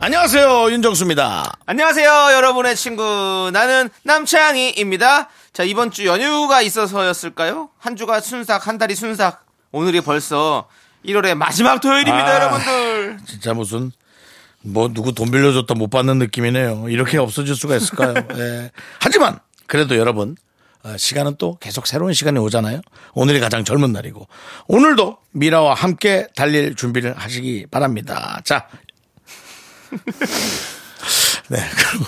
안녕하세요 윤정수입니다. 안녕하세요, 여러분의 친구. 나는 남창희입니다. 자, 이번 주 연휴가 있어서였을까요? 한 주가 순삭, 한 달이 순삭. 오늘이 벌써 1월의 마지막 토요일입니다, 아. 여러분들. 진짜 무슨 뭐 누구 돈 빌려줬다 못 받는 느낌이네요. 이렇게 없어질 수가 있을까요? 예. 하지만 그래도 여러분 어, 시간은 또 계속 새로운 시간이 오잖아요. 오늘이 가장 젊은 날이고 오늘도 미라와 함께 달릴 준비를 하시기 바랍니다. 자, 네 그리고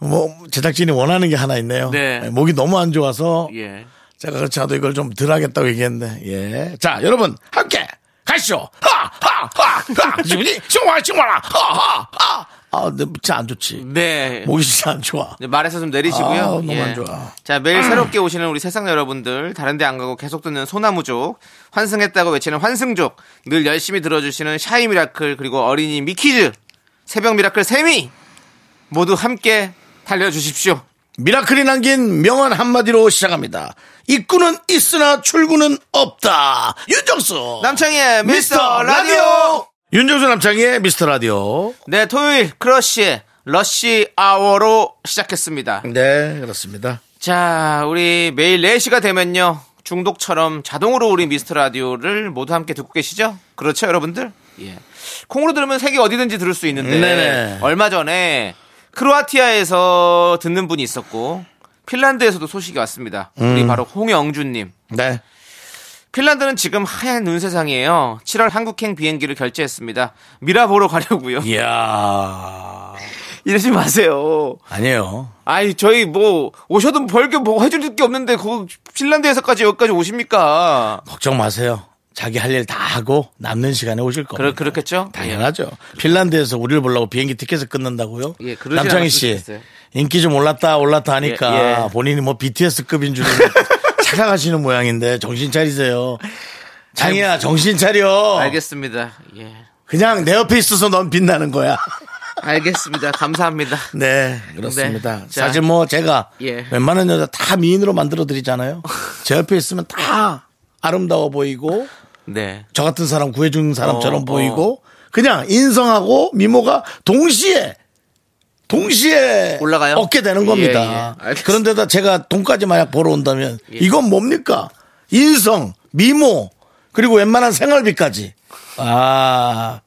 뭐 제작진이 원하는 게 하나 있네요. 네. 목이 너무 안 좋아서 예. 제가 그렇지 않아도 이걸 좀 덜 하겠다고 얘기했는데, 예. 자, 여러분, 함께 가시죠! 하! 하! 하! 하! 지분이 정말, 정말아! 하! 하! 하! 아, 근데 진짜 안 좋지. 네. 목이 진짜 안 좋아. 이제 말에서 좀 내리시고요. 예. 아우, 너무 안 좋아. 자, 매일 새롭게 오시는 우리 세상 여러분들, 다른데 안 가고 계속 듣는 소나무족, 환승했다고 외치는 환승족, 늘 열심히 들어주시는 샤이 미라클, 그리고 어린이 미키즈, 새벽 미라클 세미! 모두 함께 달려주십시오. 미라클이 남긴 명언 한마디로 시작합니다. 입구는 있으나 출구는 없다. 윤정수! 남창희의 미스터 라디오! 윤정수 남창희의 미스터 라디오. 네, 토요일 크러쉬의 러쉬 아워로 시작했습니다. 네, 그렇습니다. 자, 우리 매일 4시가 되면요. 중독처럼 자동으로 우리 미스터 라디오를 모두 함께 듣고 계시죠? 그렇죠, 여러분들? 예. 콩으로 들으면 세계 어디든지 들을 수 있는데 네네. 얼마 전에 크로아티아에서 듣는 분이 있었고 핀란드에서도 소식이 왔습니다. 우리 바로 홍영준 님. 네. 핀란드는 지금 하얀 눈 세상이에요. 7월 한국행 비행기를 결제했습니다. 미라 보러 가려고요. 이야. 이러지 마세요. 아니에요. 아이 저희 뭐 오셔도 별게 뭐 해줄 게 없는데 그 핀란드에서까지 여기까지 오십니까? 걱정 마세요. 자기 할 일 다 하고 남는 시간에 오실 겁니다. 그러, 그렇겠죠? 당연하죠. 핀란드에서 우리를 보려고 비행기 티켓을 끊는다고요? 예, 그러진 남창희 않았으면 씨 좋겠어요. 인기 좀 올랐다 올랐다 하니까 예, 예. 본인이 뭐 BTS급인 줄 찾아가시는 모양인데 정신 차리세요. 장이야 정신 차려. 어. 알겠습니다. 예. 그냥 내 옆에 있어서 넌 빛나는 거야. 알겠습니다. 감사합니다. 네 그렇습니다. 네, 자. 사실 뭐 제가 예. 웬만한 여자 다 미인으로 만들어 드리잖아요. 제 옆에 있으면 다 아름다워 보이고 네. 저 같은 사람 구해준 사람처럼 어, 보이고 그냥 인성하고 미모가 동시에 동시에 올라가요? 얻게 되는 예, 겁니다. 예, 알겠습니다. 예. 그런데다 제가 돈까지 만약 벌어 온다면 이건 뭡니까? 인성, 미모 그리고 웬만한 생활비까지 아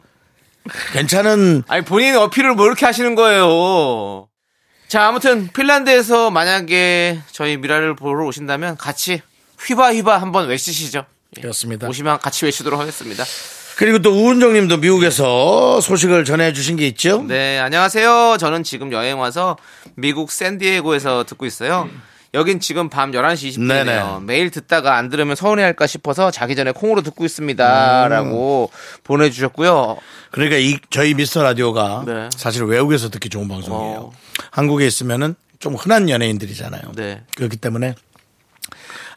괜찮은 아니 본인 어필을 뭐 이렇게 하시는 거예요. 자 아무튼 핀란드에서 만약에 저희 미라를 보러 오신다면 같이 휘바휘바 한번 외치시죠. 예. 그렇습니다. 오시면 같이 외치도록 하겠습니다. 그리고 또 우은정님도 미국에서 소식을 전해주신 게 있죠. 네, 안녕하세요. 저는 지금 여행 와서 미국 샌디에고에서 듣고 있어요. 여긴 지금 밤 11시 네네. 20분이네요. 매일 듣다가 안 들으면 서운해 할까 싶어서 자기 전에 콩으로 듣고 음. 있습니다. 라고 보내주셨고요. 그러니까 이 저희 미스터 라디오가 네. 사실 외국에서 듣기 좋은 방송이에요. 어. 한국에 있으면은 좀 흔한 연예인들이잖아요. 네. 그렇기 때문에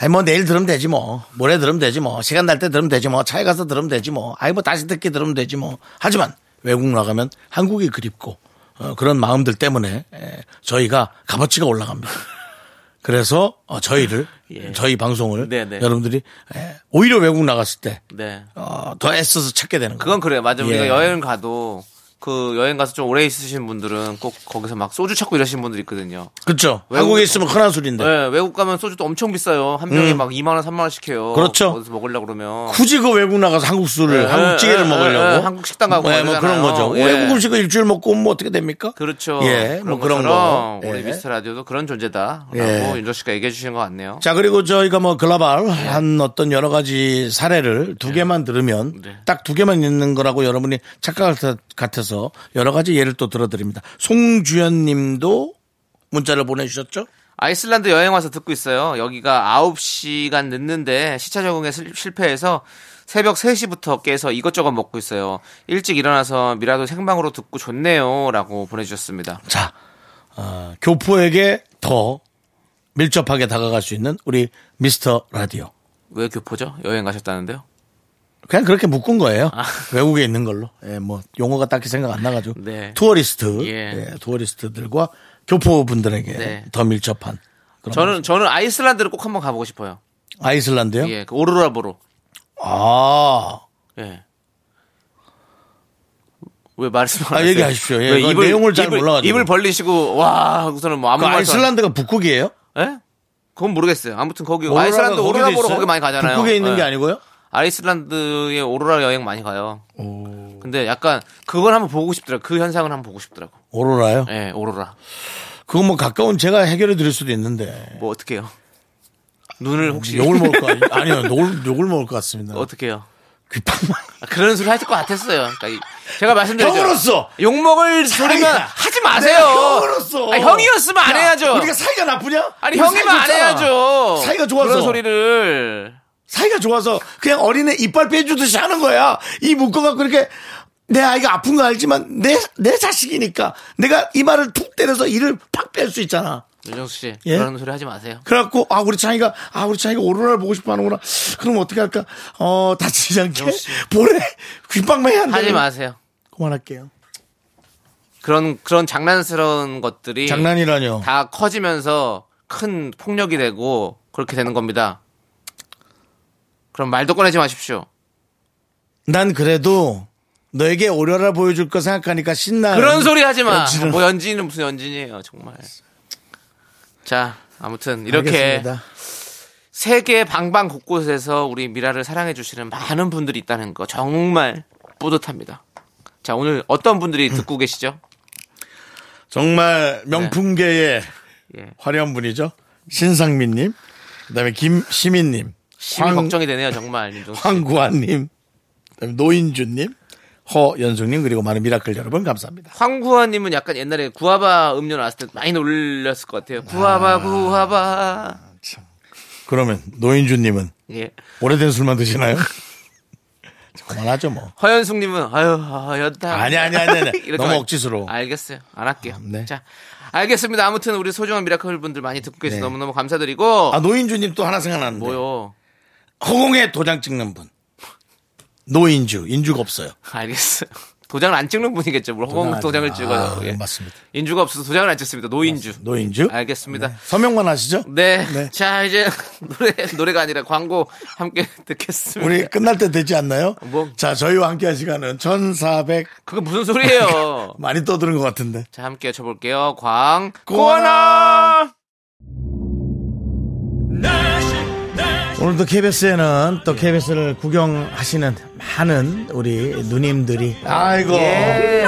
아니 뭐 내일 들으면 되지 뭐 모레 들으면 되지 뭐 시간 날 때 들으면 되지 뭐 차에 가서 들으면 되지 뭐 아니 뭐 다시 듣기 들으면 되지 뭐 하지만 외국 나가면 한국이 그립고 어, 그런 마음들 때문에 에, 저희가 값어치가 올라갑니다. 그래서 어, 저희를 저희 방송을 예. 네, 네. 여러분들이 에, 오히려 외국 나갔을 때 네. 어, 더 애써서 찾게 되는 거예요. 그건 그래요. 맞아요. 우리가 예. 여행 가도 그 여행 가서 좀 오래 있으신 분들은 꼭 거기서 막 소주 찾고 이러시는 분들 있거든요. 그렇죠. 외국- 한국에 있으면 흔한 술인데. 네, 외국 가면 소주도 엄청 비싸요. 한 병에 막 2만원, 3만원씩 해요. 음. 그렇죠. 거기서 먹으려고 그러면. 굳이 그 외국 나가서 한국 술을 예, 한국 찌개를 예, 먹으려고 예, 예, 한국 식당 가고 예, 뭐 그런 그러잖아요. 거죠. 예. 외국 음식을 일주일 먹고 오면 뭐 어떻게 됩니까? 그렇죠. 예, 뭐 그런 것처럼 거. 우리 예. 미스터 라디오도 그런 존재다라고 예. 윤정 씨가 얘기해 주신 것 같네요. 자 그리고 저희가 뭐 글라발 예. 한 어떤 여러 가지 사례를 두 개만 들으면 네. 딱 두 개만 있는 거라고 여러분이 착각할 것 같아서 여러 가지 예를 또 들어드립니다. 송주연님도 문자를 보내주셨죠? 아이슬란드 여행 와서 듣고 있어요. 여기가 9시간 늦는데 시차 적응에 실- 실패해서 새벽 3시부터 깨서 이것저것 먹고 있어요. 일찍 일어나서 미라도 생방으로 듣고 좋네요. 라고 보내주셨습니다. 자, 어, 교포에게 더 밀접하게 다가갈 수 있는 우리 미스터 라디오. 왜 교포죠? 여행 가셨다는데요? 그냥 그렇게 묶은 거예요. 아. 외국에 있는 걸로. 예, 뭐 용어가 딱히 생각 안 나가지고. 네. 투어리스트, 예. 예, 투어리스트들과 교포분들에게 네. 더 밀접한. 그런 저는, 저는 아이슬란드를 꼭 한번 가보고 싶어요. 아이슬란드요? 예, 그 오로라 보러. 아, 예. 왜 말씀 안 아, 하세요? 얘기하십시오. 예, 왜 그건 내용을 잘 입을, 몰라가지고. 입을 벌리시고 와 하고서는 뭐 아무 그 말도 안- 아이슬란드가 북극이에요? 예? 그건 모르겠어요. 그 아무튼 거기 오로라가 아이슬란드 거기도 오로라 보러 있어요? 거기 많이 가잖아요. 북극에 있는 예. 게 아니고요? 아이슬란드에 오로라 여행 많이 가요. 근데 약간 그걸 한번 보고 싶더라고. 그 현상을 한번 보고 싶더라고. 오로라요? 예, 오로라. 그건 뭐 가까운 제가 해결해 드릴 수도 있는데. 뭐 어떻게 해요? 눈을 혹시 욕을 먹을 거 아니, 아니요. 욕을, 욕을 먹을 것 같습니다. 어떻게 해요? 귀빵만. 아, 그런 소리 하실 것 같았어요. 그러니까 이- 제가 말씀드렸죠. 형으로서! 욕 먹을 소리면 자기야, 하지 마세요. 내가 형으로서. 아니, 형이었으면 안 야, 해야죠. 우리가 사이가 나쁘냐? 아니 우리 형이면 사이 안 좋잖아. 해야죠. 사이가 좋아서. 그런 소리를 사이가 좋아서 그냥 어린애 이빨 빼주듯이 하는 거야. 이 묶어갖고 이렇게 내 아이가 아픈 거 알지만 내, 내 자식이니까 내가 이마를 툭 때려서 이를 팍 뺄 수 있잖아. 윤정수 씨 예? 그런 소리 하지 마세요. 그래갖고 아 우리 창이가 아 우리 창이가 오로라를 보고 싶어 하는구나. 그럼 어떻게 할까? 어 다치지 않게 역시. 볼에 귓방망이 한 하지 대를 마세요. 그만할게요. 그런 그런 장난스러운 것들이 장난이라뇨. 다 커지면서 큰 폭력이 되고 그렇게 되는 겁니다. 그럼 말도 꺼내지 마십시오. 난 그래도 너에게 오로라 보여줄 거 생각하니까 신나. 그런 소리 하지 마. 연지는. 뭐 연진은 무슨 연진이에요, 정말. 자, 아무튼 이렇게 알겠습니다. 세계 방방 곳곳에서 우리 미라를 사랑해 주시는 많은 분들이 있다는 거 정말 뿌듯합니다. 자, 오늘 어떤 음. 분들이 듣고 계시죠? 정말 명품계의 예. 화려한 분이죠. 신상민님, 그다음에 김시민님, 심히 황- 걱정이 되네요, 정말. 윤종수 씨. 황구한님, 그다음에 노인준님, 허연숙님 그리고 많은 미라클 여러분 감사합니다. 황구아님은 약간 옛날에 구아바 음료 나왔을 때 많이 놀렸을 것 같아요. 구아바, 구아바. 그러면 노인준님은 예. 오래된 술만 드시나요? 그만하죠 뭐. 허연숙님은 아유 허연다. 아니, 아니, 아니, 아니. 이렇게 너무 말- 억지스러워. 알겠어요. 안 할게요. 네. 자, 알겠습니다. 아무튼 우리 소중한 미라클 분들 많이 듣고 계셔서 네. 너무 너무 감사드리고 아 네. 노인준님 또 하나 생각났는데 뭐요? 허공에 도장 찍는 분. 노인주 인주가 없어요. 알겠어요. 도장을 안 찍는 분이겠죠. 물 허공 도장을 찍어요. 아, 예. 맞습니다. 인주가 없어서 도장을 안 찍습니다. 노인주. 노인주. 알겠습니다. 네. 서명만 하시죠. 네. 네. 자 이제 노래 노래가 아니라 광고 함께 듣겠습니다. 우리 끝날 때 되지 않나요? 뭐. 자, 저희와 함께한 시간은 1,400 그게 무슨 소리예요? 많이 떠드는 것 같은데. 자 함께 쳐볼게요. 광 고원아! 고원아. 오늘도 KBS에는 또 KBS를 구경하시는 많은 우리 누님들이. 아이고. 예.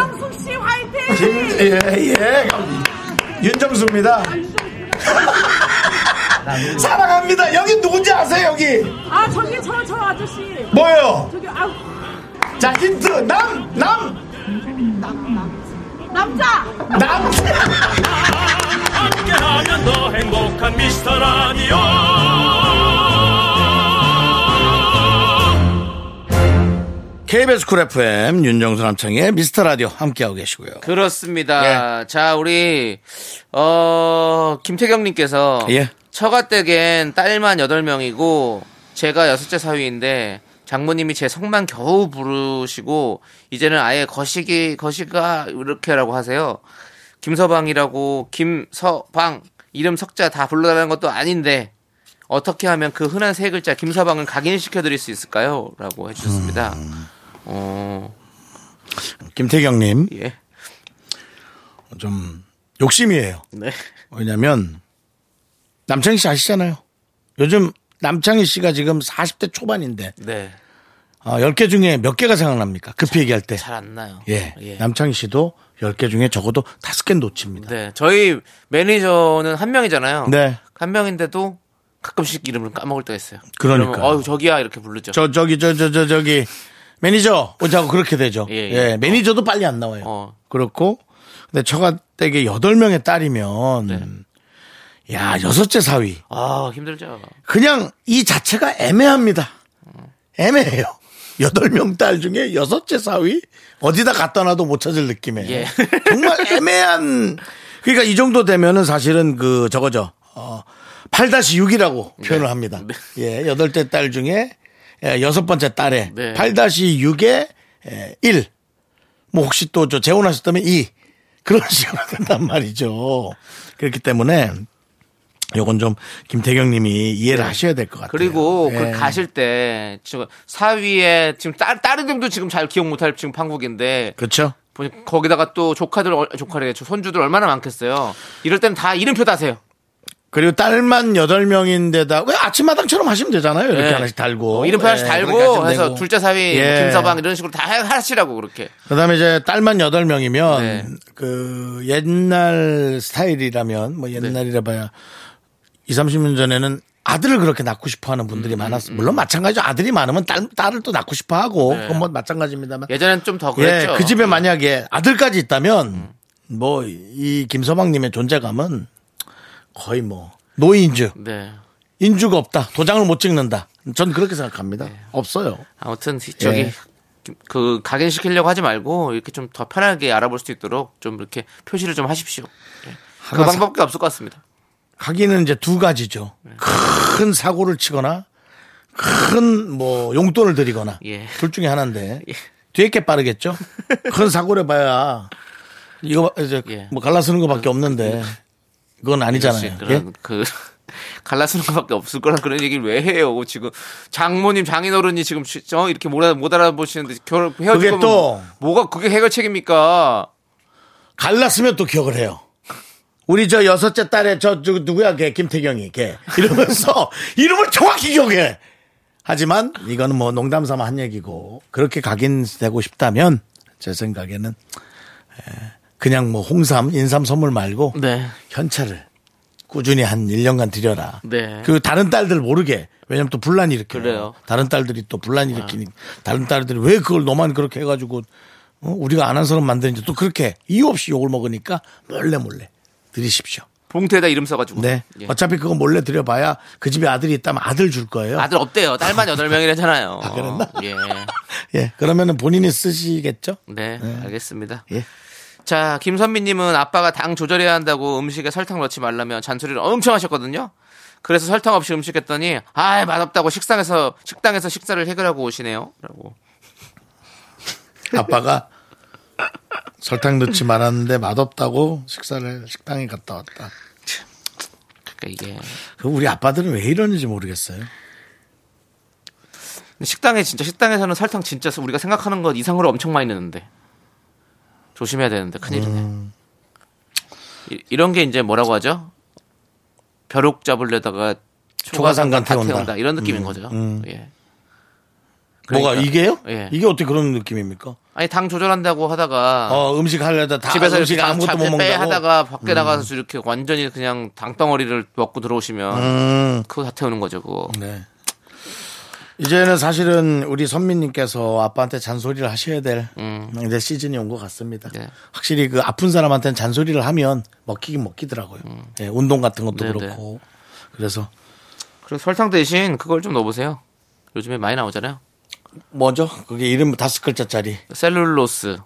예, 예. 윤정수입니다. 사랑합니다. 여기 누군지 아세요, 여기? 아 저기 저 저 아저씨 뭐요? 저기 아 자, 힌트. 남! 남! 남자 남! 함께하면 더 행복한 미스터 라디오 KBS 쿨 FM 윤정수 남창의 미스터 라디오 함께하고 계시고요. 그렇습니다. 자, 우리 어 김태경 님께서 예. 처가댁엔 딸만 8명이고 제가 여섯째 사위인데 장모님이 제 성만 겨우 부르시고 이제는 아예 거시기 거시가 이렇게라고 하세요. 김서방이라고 김서방 이름 석자 다 불러달라는 것도 아닌데 어떻게 하면 그 흔한 세 글자 김서방을 각인시켜 드릴 수 있을까요? 라고 해 주셨습니다. 어, 김태경님, 예. 좀 욕심이에요. 네. 왜냐면 남창희 씨 아시잖아요. 요즘 남창희 씨가 지금 40대 초반인데 네. 아, 10개 중에 몇 개가 생각납니까? 급히 얘기할 때. 잘 안 나요. 예. 남창희 씨도 10개 중에 적어도 5개는 놓칩니다. 네. 저희 매니저는 한 명이잖아요. 네. 한 명인데도 가끔씩 이름을 까먹을 때가 있어요. 그러니까요. 그러면, 어유 저기야 이렇게 부르죠. 저 저기 저 저 저 저, 기 매니저 오자고 그렇게 되죠. 예, 예, 예. 매니저도 빨리 안 나와요. 어. 그렇고 근데 처가댁에 8명의 딸이면 야, 여섯째 사위. 아 힘들죠. 그냥 이 자체가 애매합니다. 애매해요. 여덟 명 딸 중에 여섯째 사위 어디다 갖다 놔도 못 찾을 느낌이에요. 예. 정말 애매한. 그러니까 이 정도 되면은 사실은 그 저거죠. 어, 네. 8-6이라고 표현을 합니다. 예, 여덟 째 딸 중에 예, 여섯 번째 딸에 네. 8-6에 1. 뭐 혹시 또 저 재혼하셨다면 2. 그런 식으로 된단 말이죠. 그렇기 때문에 요건 좀 김태경 님이 이해를 하셔야 될 것 같아요. 네. 그리고 예. 그 가실 때 지금 사위에 지금 딸 다른 점도 지금 잘 기억 못할 지금 판국인데 그렇죠. 보니 거기다가 또 조카들 얼- 조카래 손주들 얼마나 많겠어요. 이럴 땐 다 이름표 다세요. 그리고 딸만 8명인데다 왜 아침마당처럼 하시면 되잖아요. 이렇게 예. 하나씩 달고. 어, 이름표 하나씩 예, 그렇게 달고 하시면 해서 되고. 둘째 사위 예. 김서방 이런 식으로 다 하- 하시라고 그렇게. 그다음에 이제 딸만 8명이면 네. 그 옛날 스타일이라면 네. 뭐 옛날이라 봐야 2, 30년 전에는 아들을 그렇게 낳고 싶어 하는 음, 분들이 많았어. 물론 마찬가지죠. 아들이 많으면 딸, 딸을 또 낳고 싶어 하고 그건 뭐 마찬가지입니다만. 네. 예전엔 음. 좀 더 예, 그랬죠. 그 집에 만약에 아들까지 있다면 뭐 이 김서방님의 존재감은 거의 뭐 노인주 네. 인주가 없다 도장을 못 찍는다 전 그렇게 생각합니다 네. 없어요 아무튼 저기 예. 그 각인시키려고 하지 말고 이렇게 좀 더 편하게 알아볼 수 있도록 좀 이렇게 표시를 좀 하십시오. 예. 그 하나 사- 방법밖에 없을 것 같습니다. 하기는 이제 두 가지죠 큰 사고를 치거나 큰 뭐 용돈을 드리거나 예. 둘 중에 하나인데 뒤에 게 빠르겠죠 큰 사고를 봐야 이거 이제 예. 뭐 갈라쓰는 것밖에 없는데 그건 아니잖아요 예? 그런 그 갈라서는 것밖에 없을 거란 그런 얘기를 왜 해요? 뭐 지금 장모님 장인어른이 지금 시- 저 이렇게 못, 알아, 못 알아보시는데 결혼 헤어지고 그게 또- 뭐가 그게 해결책입니까? 갈랐으면 또 기억을 해요. 우리 저 여섯째 딸의 저, 저 누구야 걔 김태경이 걔 이러면서 이름을 정확히 기억해. 하지만 이거는 뭐 농담 삼아 한 얘기고 그렇게 각인되고 싶다면 제 생각에는 에, 그냥 뭐 홍삼 인삼 선물 말고 네. 현찰을 꾸준히 한 1년간 들여라. 네. 그 다른 딸들 모르게. 왜냐면 또 분란 일으켜요. 그래요. 아. 다른 딸들이 또 분란 일으키니 다른 딸들이 왜 그걸 너만 그렇게 해가지고 어? 우리가 안 한 사람 만드는지 또 그렇게 이유 없이 욕을 먹으니까 몰래 몰래 드리십시오. 봉투에다 이름 써가지고. 네. 예. 어차피 그거 몰래 드려봐야 그 집에 아들이 있다면 아들 줄 거예요. 아들 없대요. 딸만 여덟 명이라잖아요. 아, 그랬나? 예. 예. 그러면은 본인이 쓰시겠죠? 네, 알겠습니다. 예. 자, 김선미님은 아빠가 당 조절해야 한다고 음식에 설탕 넣지 말라며 잔소리를 엄청 하셨거든요. 그래서 설탕 없이 음식했더니 아 맛없다고 식당에서 식당에서 식사를 해결하고 오시네요.라고. 아빠가 설탕 넣지 말았는데 맛없다고 식사를 식당에 갔다 왔다. 그러니까 이게 그 우리 아빠들은 왜 이러는지 모르겠어요. 근데 식당에 진짜 식당에서는 설탕 진짜 우리가 생각하는 것 이상으로 엄청 많이 넣는데 조심해야 되는데 큰일이네. 음. 이, 이런 게 이제 뭐라고 하죠? 벼룩 잡으려다가 초가상간 태운다. 음. 이런 느낌인 거죠. 예. 뭐가 그러니까. 이게요? 예. 이게 어떻게 그런 느낌입니까? 아니 당 조절한다고 하다가 어, 음식 하려다 다 집에서 음식 이렇게 아무것도 못 빼 먹는다고. 음. 하다가 밖에 나가서 이렇게 완전히 그냥 당덩어리를 먹고 들어오시면 음. 그거 다 태우는 거죠 그거. 네. 이제는 사실은 우리 선미님께서 아빠한테 잔소리를 하셔야 될 이제 시즌이 온 것 같습니다. 네. 확실히 그 아픈 사람한테는 잔소리를 하면 먹히긴 먹히더라고요. 예, 운동 같은 것도 네, 그렇고. 그래서 그리고 설탕 대신 그걸 좀 넣어보세요. 요즘에 많이 나오잖아요. 뭐죠? 그게 이름 다섯 글자짜리 셀룰로스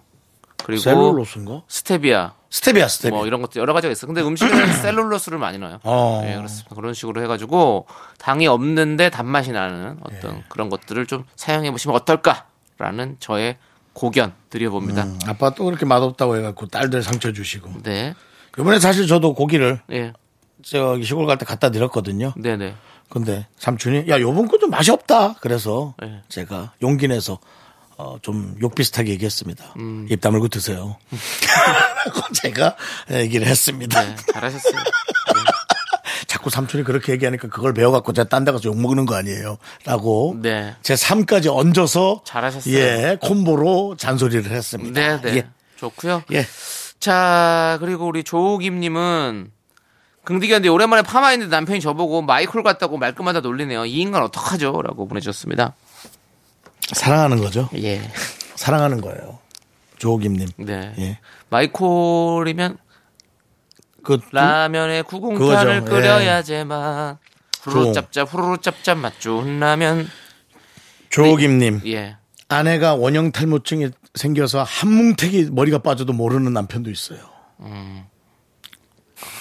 그리고 셀룰로스인가? 스테비아 스테비아 스테비아. 뭐 이런 것도 여러 가지가 있어. 근데 음식에는 셀룰로스를 많이 넣어요. 어. 예, 그렇습니다. 그런 식으로 해가지고 당이 없는데 단맛이 나는 어떤 예. 그런 것들을 좀 사용해 보시면 어떨까라는 저의 고견 드려봅니다. 아빠 또 그렇게 맛없다고 해갖고 딸들 상처 주시고. 네, 이번에 사실 저도 고기를 예, 저기 시골 갈 때 갖다 드렸거든요. 네, 네. 근데 삼촌이 야 요번 거 좀 맛이 없다 그래서 네. 제가 용기 내서 어, 좀 욕 비슷하게 얘기했습니다. 음. 입 다물고 드세요. 라고 제가 얘기를 했습니다. 네, 잘하셨어요. 자꾸 삼촌이 그렇게 얘기하니까 그걸 배워갖고 제가 딴 데 가서 욕 먹는 거 아니에요. 라고 네. 제 삶까지 얹어서 잘하셨어요. 예, 콤보로 잔소리를 했습니다. 네, 네. 예. 좋고요. 예. 자, 그리고 우리 조우김님은 긍디견데 오랜만에 파마했는데 남편이 저보고 마이콜 같다고 말끔하다 놀리네요. 이 인간 어떡하죠? 라고 보내주셨습니다. 사랑하는 거죠. 예. 사랑하는 거예요. 조호김님. 네. 예. 마이콜이면 그 두- 라면에 그거죠. 구공탄을 예. 끓여야 제맛. 조. 후루룩 짭짭 후루룩 짭짭 맛 좋은 라면. 조김님 예. 아내가 원형 탈모증이 생겨서 한 뭉태기 머리가 빠져도 모르는 남편도 있어요. 음.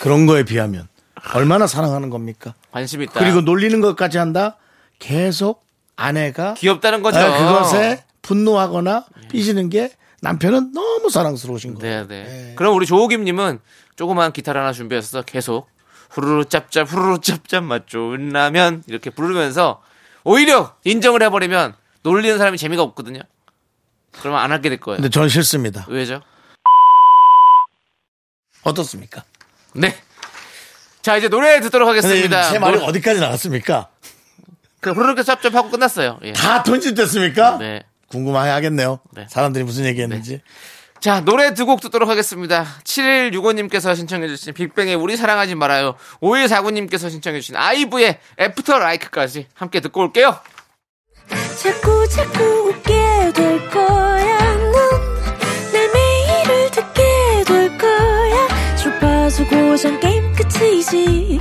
그런 거에 비하면 얼마나 사랑하는 겁니까? 관심 있다. 그리고 놀리는 것까지 한다. 계속 아내가 귀엽다는 거죠. 아, 그것에 분노하거나 삐지는 게 남편은 너무 사랑스러우신 거예요. 네, 네. 그럼 우리 조호김님은 조그만 기타를 하나 준비해서 계속 후루루 짭짭 후루루 짭짭 맛 좋은 라면 이렇게 부르면서 오히려 인정을 해버리면 놀리는 사람이 재미가 없거든요. 그러면 안 하게 될 거예요. 근데 전 싫습니다. 왜죠? 어떻습니까? 네. 자 이제 노래 듣도록 근데 하겠습니다. 제 말이 노- 어디까지 나갔습니까? 그 후루룩 짭짭 하고 끝났어요. 예. 다 던집됐습니까? 네. 궁금해 하겠네요. 네. 사람들이 무슨 얘기 했는지. 자, 노래 두 곡 듣도록 하겠습니다. 7165님께서 신청해주신 빅뱅의 우리 사랑하지 말아요. 5149님께서 신청해주신 아이브의 애프터 라이크까지 함께 듣고 올게요. 자꾸 자꾸 웃게 될 거야. 넌내 매일을 듣게 될 거야. 주파수 고정 게임 끝이지.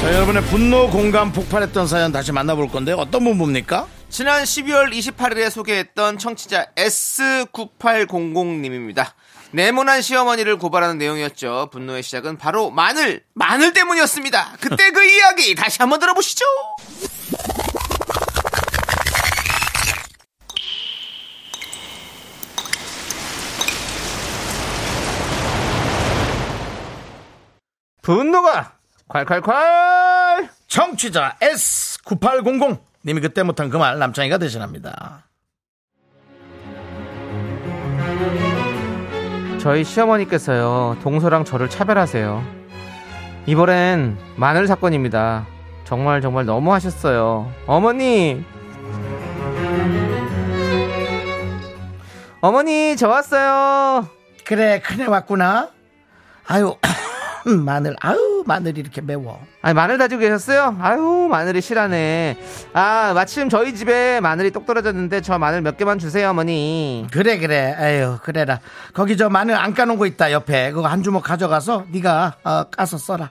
자 여러분의 분노 공감 폭발했던 사연 다시 만나볼 건데 어떤 분 봅니까? 지난 12월 28일에 소개했던 청취자 S9800님입니다. 네모난 시어머니를 고발하는 내용이었죠. 분노의 시작은 바로 마늘, 마늘 때문이었습니다. 그때 그 이야기 다시 한번 들어보시죠. 분노가 콸콸콸! 정취자 S9800 님이 그때 못한 그 말 남창이가 대신합니다 저희 시어머니께서요 동서랑 저를 차별하세요 이번엔 마늘 사건입니다 정말 정말 너무하셨어요 어머니 어머니 저 왔어요 그래 큰애 왔구나 아유 마늘 아유 마늘이 이렇게 매워 아니 마늘 다지고 계셨어요? 아유 마늘이 실하네 아 마침 저희 집에 마늘이 똑 떨어졌는데 저 마늘 몇 개만 주세요 어머니 그래 그래 아유 그래라 거기 저 마늘 안 까놓은 거 있다 옆에 그거 한 주먹 가져가서 네가 어, 까서 써라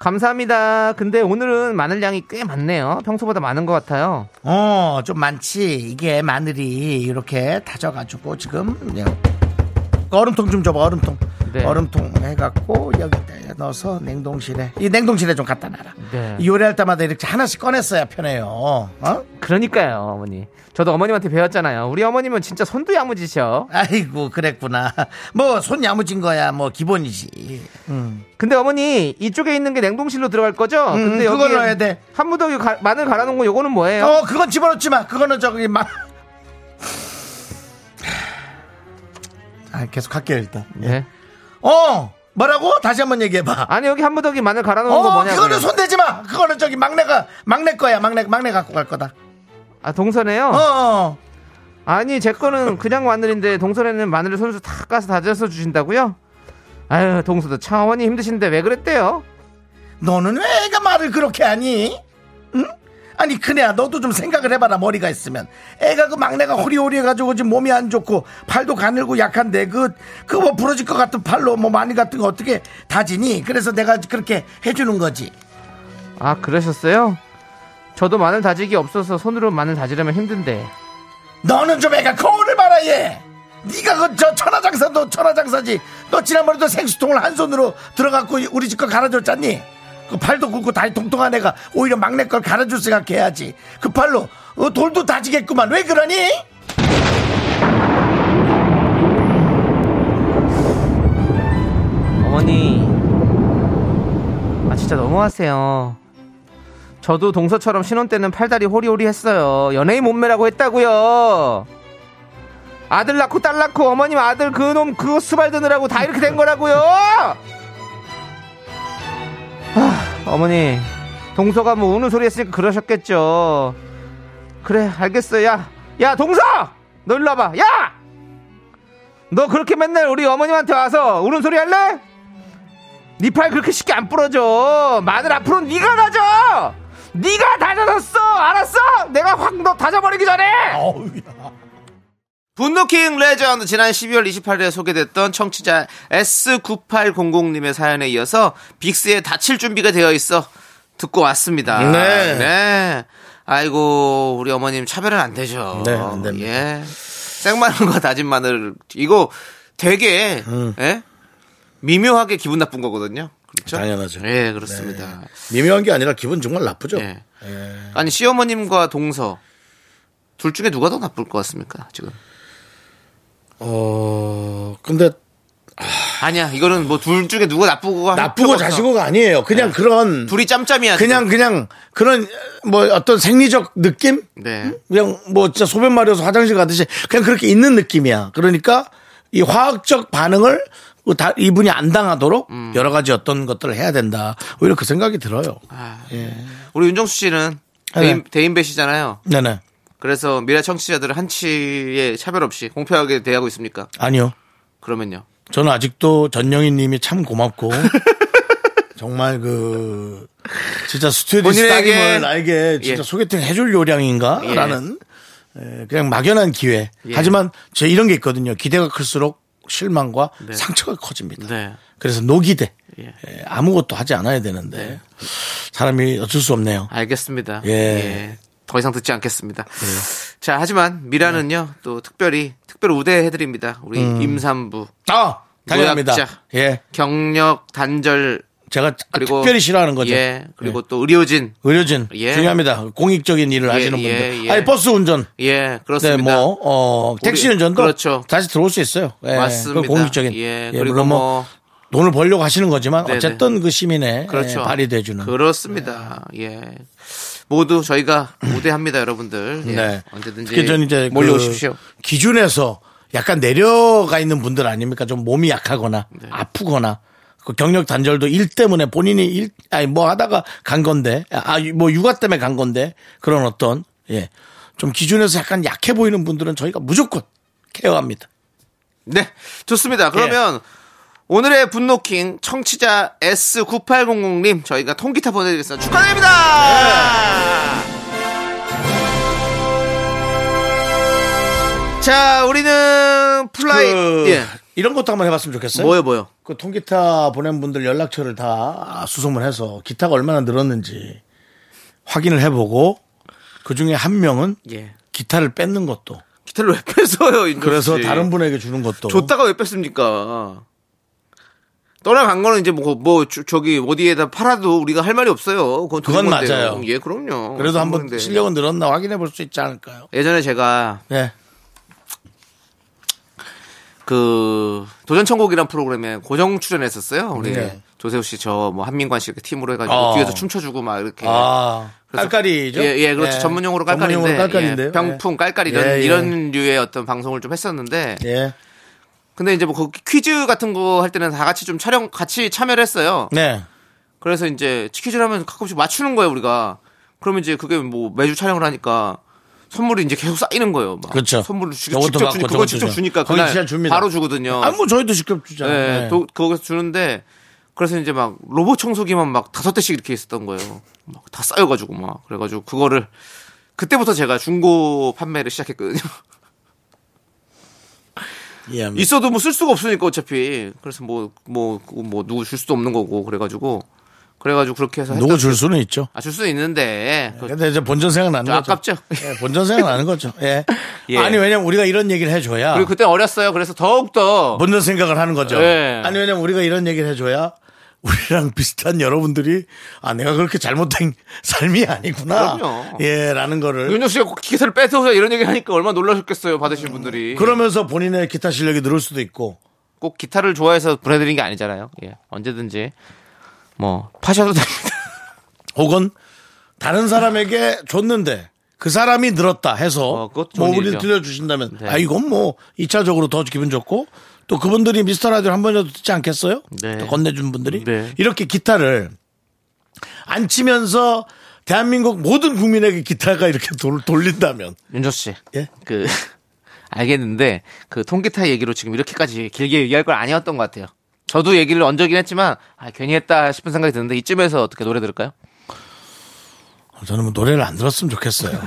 감사합니다 근데 오늘은 마늘량이 꽤 많네요 평소보다 많은 것 같아요 어 좀 많지 이게 마늘이 이렇게 다져가지고 지금 예. 얼음통 좀 줘봐 얼음통 네. 얼음통 해갖고 여기다 넣어서 냉동실에 이 냉동실에 좀 갖다 놔라 네. 이 요리할 때마다 이렇게 하나씩 꺼냈어야 편해요 어? 그러니까요, 어머니. 저도 어머님한테 배웠잖아요. 우리 어머님은 진짜 손도 야무지셔. 아이고 그랬구나 뭐 손 야무진 거야 뭐 기본이지 근데 어머니, 이쪽에 있는 게 냉동실로 들어갈 거죠? 음, 근데 그걸 여기에 넣어야 돼. 한 무더기 가- 마늘 갈아 놓은 거 요거는 뭐예요? 어 그건 집어넣지 마 그거는 저기 막 아, 계속 할게요 일단 예. 네. 어 뭐라고 다시 한번 얘기해봐 아니, 여기 한 무더기 마늘 갈아 놓은 거 어 뭐냐고. 그거는 손대지 마 그거는 저기 막내가 막내 거야 막내 막내 갖고 갈 거다 아, 동선에요? 어어 아니, 제 거는 그냥 마늘인데 동선에는 마늘을 손수 다 까서 다져서 주신다고요? 아유, 동서도 참 어머니 힘드신데 왜 그랬대요? 너는 왜 애가 말을 그렇게 하니 응 아니 그네야 너도 좀 생각을 해봐라 머리가 있으면 애가 그 막내가 호리호리 해가지고 지금 몸이 안 좋고 팔도 가늘고 약한데 그그 뭐 부러질 것 같은 팔로 뭐 마늘 같은 거 어떻게 다지니 그래서 내가 그렇게 해주는 거지 아, 그러셨어요? 저도 마늘 다지기 없어서 손으로 마늘 다지려면 힘든데. 너는 좀 애가 거울을 봐라 얘 네가 그 저 천하장사도 천하장사지 너 지난번에도 생수통을 한 손으로 들어갖고 우리 집 거 갈아줬잖니 그 팔도 굵고 다리 통통한 애가 오히려 막내 걸 갈아줄 생각해야지 그 팔로 어, 돌도 다지겠구만 왜 그러니? 어머니 아 진짜 너무하세요 저도 동서처럼 신혼 때는 팔다리 호리호리 했어요 연예인 몸매라고 했다고요 아들 낳고 딸 낳고 어머님 아들 그놈 그거 수발 드느라고 다 이렇게 된 거라고요. 아, 어머니 동서가 뭐 우는 소리 했으니까 그러셨겠죠. 그래 알겠어 야. 야 동서 너 일로 와봐 야! 너 그렇게 맨날 우리 어머님한테 와서 울음소리 할래? 니 팔 그렇게 쉽게 안 부러져 마늘 앞으로 네가 다져 네가 다져졌어 알았어? 내가 확 너 다져버리기 전에 분노킹 레전드 지난 12월 28일에 소개됐던 청취자 S9800님의 사연에 이어서 빅스에 다칠 준비가 되어 있어 듣고 왔습니다. 네. 네. 아이고 우리 어머님 차별은 안 되죠. 네, 안 됩니다. 아, 예. 생마늘과 다진 마늘 이거 되게 음. 예? 미묘하게 기분 나쁜 거거든요. 그렇죠? 당연하죠. 네. 예, 그렇습니다. 미묘한 게 아니라 기분 정말 나쁘죠. 예. 아니 시어머님과 동서 둘 중에 누가 더 나쁠 것 같습니까? 지금. 어, 근데 아니야 이거는 뭐 둘 중에 누가 나쁘고 할 필요가 나쁘고 없어. 자시고가 아니에요. 예. 그냥 그런 둘이 짬짬이야 그냥 그냥 그런 뭐 어떤 생리적 느낌? 네. 그냥 뭐 진짜 소변 마려서 화장실 가듯이 그냥 그렇게 있는 느낌이야. 그러니까 이 화학적 반응을 뭐 다 이분이 안 당하도록 여러 가지 어떤 것들을 해야 된다. 오히려 그 생각이 들어요. 지금. 우리 윤정수 씨는 네. 대인, 대인배시잖아요 네네. 그래서 미라 청취자들을 한치의 차별 없이 공평하게 대하고 있습니까 아니요. 그러면요 저는 아직도 전영희 님이 참 고맙고 정말 그 진짜 스튜디오 본인에게- 스타임을 나에게 진짜 예. 소개팅 해줄 요량인가? 예. 라는 에, 그냥 막연한 기회. 예. 하지만 제 이런 게 있거든요. 기대가 클수록 실망과 상처가 커집니다. 네. 그래서 노기대. 예. 에, 아무것도 하지 않아야 되는데 네. 사람이 어쩔 수 없네요. 알겠습니다 예. 더 이상 듣지 않겠습니다 자 하지만 미라는요 또 특별히 특별 우대해드립니다 우리 음. 임산부 아, 당연합니다. 노약자. 예. 경력 단절 제가 그리고 아, 특별히 싫어하는 거죠. 예 그리고 예. 또 의료진 의료진 예. 중요합니다. 공익적인 일을 하시는 예, 분들. 예. 아니 버스 운전. 예 네, 그렇습니다 뭐, 어, 택시 우리- 운전도 그렇죠. 다시 들어올 수 있어요. 예, 맞습니다. 그건 공익적인. 예, 예, 그리고 물론 뭐, 뭐- 돈을 벌려고 하시는 거지만 네네. 어쨌든 그 시민의 그렇죠. 예, 발이 돼주는. 그렇습니다. 예. 모두 저희가 우대합니다, 여러분들. 예. 네. 언제든지 특히 전 이제 몰려오십시오. 그 기준에서 약간 내려가 있는 분들 아닙니까? 좀 몸이 약하거나 네. 아프거나 그 경력 단절도 일 때문에 본인이 일 아니 뭐 하다가 간 건데 아 뭐 육아 때문에 간 건데 그런 어떤 예 좀 기준에서 약간 약해 보이는 분들은 저희가 무조건 케어합니다. 네. 예. 좋습니다. 그러면 오늘의 분노킹 청취자 S9800님 저희가 통기타 보내드리겠습니다. 네. 축하드립니다! 자, 우리는 플라이. 그 예. 이런 것도 한번 해봤으면 좋겠어요. 뭐요, 뭐요? 그 통기타 보낸 분들 연락처를 다 수소문해서 기타가 얼마나 늘었는지 확인을 해보고 그 중에 한 명은 예. 기타를 뺏는 것도 기타를 왜 뺐어요, 인조 그래서 씨? 다른 분에게 주는 것도 줬다가 왜 뺐습니까? 떠나간 거는 이제 뭐, 뭐 저- 저기 어디에다 팔아도 우리가 할 말이 없어요. 그건, 그건 돈인 건데요. 맞아요. 예, 그럼요. 그래도 한번 그런데 실력은 늘었나 확인해 볼 수 있지 않을까요? 예전에 제가 네. 그 도전 천국이란 프로그램에 고정 출연했었어요. 우리 네. 조세호 씨, 저 뭐 한민관 씨 이렇게 팀으로 해가지고 어. 뒤에서 춤춰주고 막 이렇게. 아, 예. 그래서- 깔깔이죠? 예, 예, 그렇죠. 전문 용어로 깔깔인데. 전문용어로 깔깔인데요? 예, 병풍 깔깔 이런 예, 예. 이런 류의 어떤 방송을 좀 했었는데 예. 근데 이제 뭐그 퀴즈 같은 거 할 때는 다 같이 좀 촬영 같이 참여를 했어요. 네. 그래서 이제 치킨을 하면 가끔씩 맞추는 거예요 우리가. 그러면 이제 그게 뭐 매주 촬영을 하니까 선물이 이제 계속 쌓이는 거예요. 막. 그렇죠. 선물을 주, 요것도 직접 받고 주니까 저것도 그걸 직접 주죠. 주니까 거기 그날 진짜 줍니다. 바로 주거든요. 아, 뭐 저희도 직접 어. 예, 주잖아요. 네. 또 거기서 주는데 그래서 이제 막 로봇 청소기만 막 다섯 대씩 이렇게 있었던 거예요. 막 다 쌓여가지고 막 그래가지고 그거를 그때부터 제가 중고 판매를 시작했거든요. 이해합니다. 있어도 뭐 쓸 수가 없으니까 어차피 그래서 뭐 뭐 뭐 누구 줄 수도 없는 거고 그래가지고 그래가지고 그렇게 해서 누구 네. 줄 수는 있죠. 아줄 수는 있는데 그- 근데 이제 본전 생각나는 좀 거죠. 아깝죠? 예, 본전 생각나는 거죠. 예. 예. 아니 왜냐면 우리가 이런 얘기를 해줘야 그리고 그때 어렸어요. 그래서 더욱더 본전 생각을 하는 거죠. 예. 아니 왜냐면 우리가 이런 얘기를 해줘야 우리랑 비슷한 여러분들이 아 내가 그렇게 잘못된 삶이 아니구나. 그럼요. 예라는 거를 윤정 씨가 꼭 기사를 뺏어서 이런 얘기 하니까 얼마나 놀라셨겠어요. 받으신 분들이. 그러면서 본인의 기타 실력이 늘을 수도 있고 꼭 기타를 좋아해서 보내드린 게 아니잖아요. 예. 언제든지 뭐 파셔도 됩니다. 혹은 다른 사람에게 줬는데 그 사람이 늘었다 해서 어, 그것도 좋은 뭐 우리 일이죠. 들려주신다면 네. 아 이건 뭐 2차적으로 더 기분 좋고 또 그분들이 미스터 라디오 한 번이라도 듣지 않겠어요? 네. 또 건네준 분들이 네. 이렇게 기타를 안 치면서 대한민국 모든 국민에게 기타가 이렇게 돌, 돌린다면 윤조 씨. 예? 그 알겠는데 그 통기타 얘기로 지금 이렇게까지 길게 얘기할 건 아니었던 것 같아요. 저도 얘기를 얹어긴 했지만 아, 괜히 했다 싶은 생각이 드는데 이쯤에서 어떻게 노래 들을까요? 저는 뭐 노래를 안 들었으면 좋겠어요.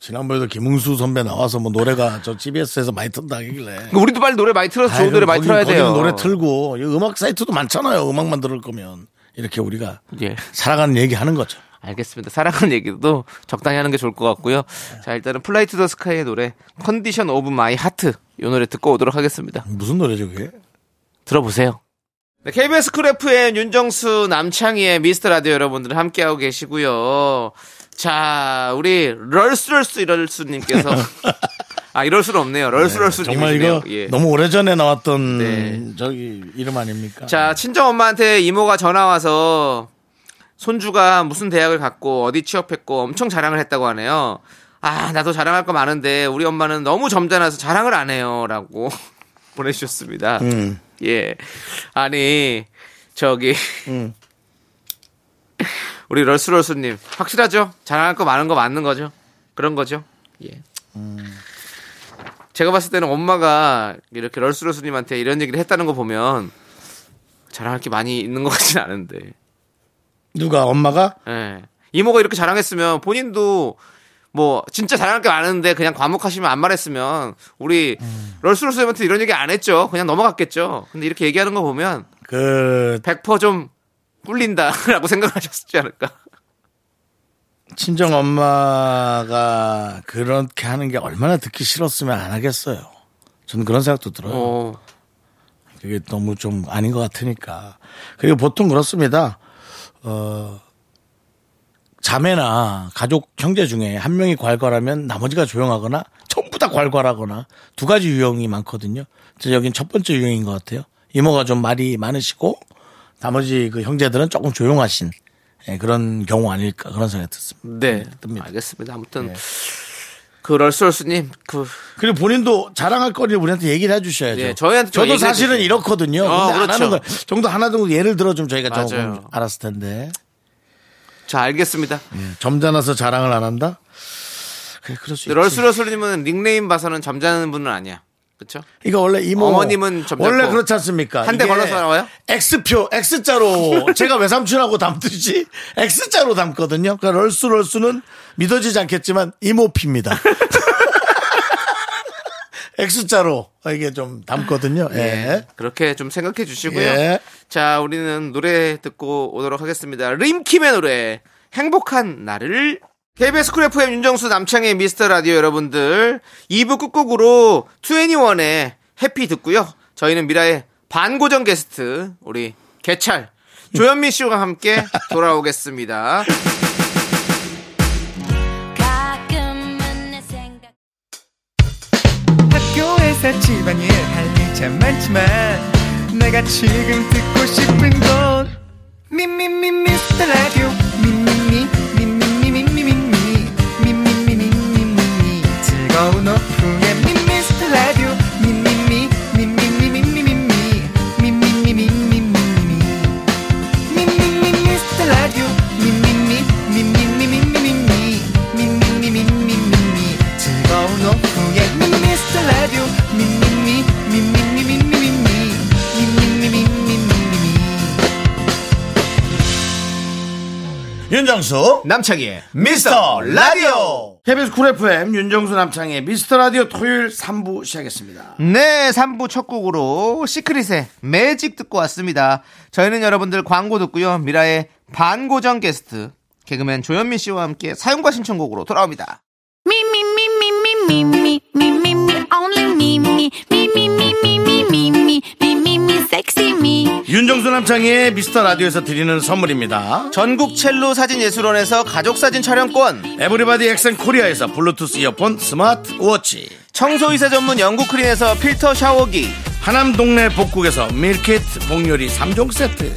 지난번에도 김웅수 선배 나와서 뭐 노래가 저 CBS에서 많이 튼다 하길래. 그러니까 우리도 빨리 노래 많이 틀어서 좋은 아이, 그럼 노래 많이 거기- 틀어야 거기는 돼요. 노래 틀고 이 음악 사이트도 많잖아요. 음악만 들을 거면 이렇게 우리가 예. 살아가는 얘기 하는 거죠. 알겠습니다. 사랑하는 얘기도 적당히 하는 게 좋을 것 같고요. 자, 일단은 플라이트 더 스카이의 노래 컨디션 오브 마이 하트 이 노래 듣고 오도록 하겠습니다. 무슨 노래죠 그게? 들어보세요. 네, KBS 쿨 FM 윤정수 남창희의 미스터 라디오 여러분들 함께하고 계시고요. 자, 우리 럴스럴스 이럴수님께서 아 이럴 수는 없네요. 럴스럴스님 예. 정말 이거 너무 오래전에 나왔던 네. 저기 이름 아닙니까? 자, 친정 엄마한테 이모가 전화 와서 손주가 무슨 대학을 갔고 어디 취업했고 엄청 자랑을 했다고 하네요. 아, 나도 자랑할 거 많은데 우리 엄마는 너무 점잖아서 자랑을 안 해요라고 보내주셨습니다. 음. 예. 아니, 저기. 음. 우리 럴스럴스님, 확실하죠? 자랑할 거 많은 거 맞는 거죠? 그런 거죠? 예. 음. 제가 봤을 때는 엄마가 이렇게 럴스럴스님한테 이런 얘기를 했다는 거 보면 자랑할 게 많이 있는 것 같진 않은데. 누가 엄마가 예. 이모가 이렇게 자랑했으면 본인도 뭐 진짜 자랑할 게 많은데 그냥 과묵하시면 안 말했으면 우리 음. 럴스럴스님한테 이런 얘기 안 했죠. 그냥 넘어갔겠죠. 근데 이렇게 얘기하는 거 보면 그 100%좀 꿀린다라고 생각하셨지 않을까. 친정 엄마가 그렇게 하는 게 얼마나 듣기 싫었으면 안 하겠어요. 저는 그런 생각도 들어요. 어. 그게 너무 좀 아닌 것 같으니까. 그리고 보통 그렇습니다. 어, 자매나 가족 형제 중에 한 명이 괄괄하면 나머지가 조용하거나 전부 다 괄괄하거나 두 가지 유형이 많거든요. 저 여긴 첫 번째 유형인 것 같아요. 이모가 좀 말이 많으시고 나머지 그 형제들은 조금 조용하신 예, 그런 경우 아닐까 그런 생각이 듭니다. 네. 뜹니다. 네. 알겠습니다. 아무튼 그 럴스럴스님 그 그리고 본인도 자랑할 거리를 우리한테 얘기를 해주셔야죠. 예, 저희한테 좀 저도 얘기를 사실은 해주세요. 이렇거든요. 어, 근데 안 그렇죠. 하는 걸 정도 하나 정도 예를 들어 좀 저희가 조금 맞아요. 알았을 텐데. 예, 자, 네, 알겠습니다. 점잖아서 자랑을 안 한다? 그래, 그럴 수 있지. 럴스럴스님은 닉네임 봐서는 잠자는 분은 아니야. 그렇죠? 이거 원래 이모 어머님은 점잖고. 원래 그렇지 않습니까? 한대 이게 걸러서 나와요? X표, X자로 제가 외삼촌하고 담듯이 X자로 담거든요. 그러니까 럴수 럴수는 믿어지지 않겠지만 이모피입니다. X자로 이게 좀 담거든요. 예. 그렇게 좀 생각해 주시고요. 예. 자, 우리는 노래 듣고 오도록 하겠습니다. 림킴의 노래 행복한 나를 KBS 쿨 FM 윤정수 남창의 미스터 라디오 여러분들 2부 끝곡으로 2NE1의 해피 듣고요. 저희는 미라의 반고정 게스트 우리 개찰 조현민 씨와 함께 돌아오겠습니다. 가끔은 내 생각 학교에서 집안일 할 일 참 많지만 내가 지금 듣고 싶은 건 미미미 미스터 라디오 미미미 미미미 미미미 미미미 미미미 즐거운 오후에 미스터 라디오 미미미 미미미 미미미 미미미 미미미 윤정수. 남창희의 미스터 라디오. KBS 쿨 FM 윤정수 남창의 미스터 라디오 토요일 3부 시작했습니다. 네, 3부 첫 곡으로 시크릿의 매직 듣고 왔습니다. 저희는 여러분들 광고 듣고요. 미라의 반고정 게스트 개그맨 조현민 씨와 함께 사용과 신청곡으로 돌아옵니다. Me, me, me, me, me, me, me, me, me, me, only me, me, me, me, me, me, me, me, me, me, me, me, sexy me. 윤정수 남창의 미스터 라디오에서 드리는 선물입니다. 전국 첼로 사진 예술원에서 가족 사진 촬영권, 에브리바디 엑센 코리아에서 블루투스 이어폰 스마트 워치. 청소 이사 전문 영국 크린에서 필터 샤워기, 하남 동네 복국에서 밀키트 복요리 3종 세트.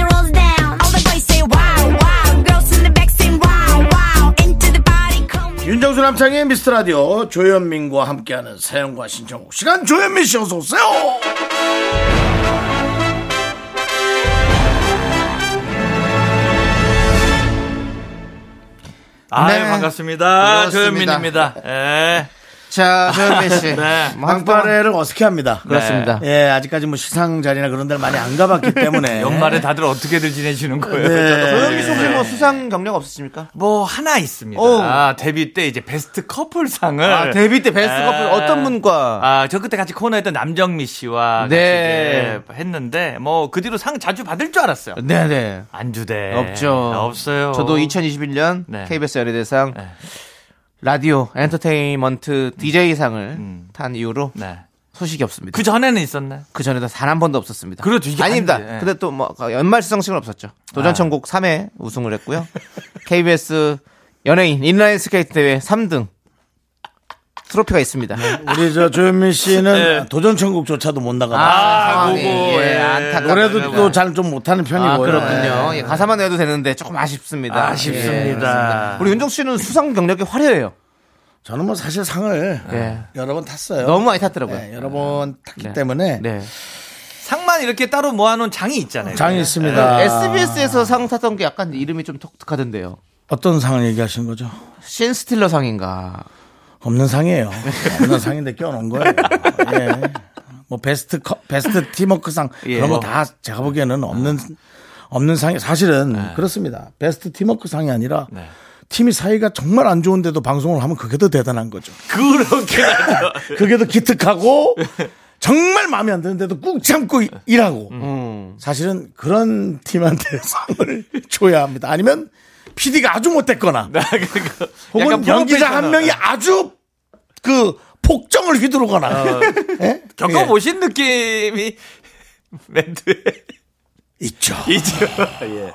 rolls down. All the boys say wow, wow. Girls in the back say wow, wow. Into the party, call me. 윤정수 남창의 미스터 라디오 조현민과 함께하는 사연과 신청곡 시간 조현민 씨 어서 오세요. 아 네. 반갑습니다. 반갑습니다. 조현민입니다. 예. 자, 조현민 씨. 네. 뭐 한동안- 방파레를 어색해합니다. 그렇습니다. 예, 아직까지 뭐 시상 자리나 그런 데를 많이 안 가봤기 네. 때문에 연말에 다들 어떻게들 지내시는 거예요? 조현민 씨 혹시 뭐 수상 경력 없으십니까? 뭐 하나 있습니다. 오. 아, 데뷔 때 이제 베스트 커플상을 아, 데뷔 때 베스트 아. 커플 어떤 분과? 아, 저 그때 같이 코너했던 남정미 씨와 네. 같이 이제 했는데 뭐 그 뒤로 상 자주 받을 줄 알았어요. 네네. 안 주대. 없죠. 아, 없어요. 저도 2021년 네. KBS 연예대상 라디오 엔터테인먼트 DJ상을 탄 이후로 네. 소식이 없습니다. 음. 그 전에는 있었나요? 그 전에도 단 한 번도 없었습니다. 그렇죠. 이게 아닙니다. 아닌데, 예. 아. 근데 또 뭐 연말 수상식은 없었죠. 도전천국 3회 우승을 했고요. KBS 연예인 인라인 스케이트 대회 3등 트로피가 있습니다. 우리 저 조현민 씨는 도전 천국조차도 못 나가. 네. 아, 그거, 예. 아, 안타깝 노래도 또 잘 좀 못하는 편이고요. 아, 그렇군요. 예, 가사만 해도 되는데 조금 아쉽습니다. 예, 아쉽습니다. 그렇습니다. 우리 윤정 씨는 수상 경력이 화려해요. 저는 뭐 사실 상을 예. 여러 번 탔어요. 너무 많이 탔더라고요. 네, 여러 번 탔기 네. 때문에 네. 상만 이렇게 따로 모아놓은 장이 있잖아요. 장이 있습니다. 네. SBS에서 상 탔던 게 약간 이름이 좀 독특하던데요. 어떤 상을 얘기하신 거죠? 신 스틸러 상인가. 없는 상이에요. 없는 상인데 껴놓은 거예요. 예. 뭐 베스트 커, 베스트 팀워크상 예. 그런 거 다 제가 보기에는 없는 없는 상이 사실은 그렇습니다. 베스트 팀워크 상이 아니라 팀이 사이가 정말 안 좋은데도 방송을 하면 그게 더 대단한 거죠. 그렇게 그게 더 기특하고 정말 마음에 안 드는데도 꾹 참고 이- 일하고 사실은 그런 팀한테 상을 줘야 합니다. 아니면 PD가 아주 못했거나 혹은 약간 연기자 한 프로페셔널. 명이 아주 그 폭정을 휘두르거나 어. 예? 겪어보신 예. 느낌이 멘트에 예, 있죠. 있죠.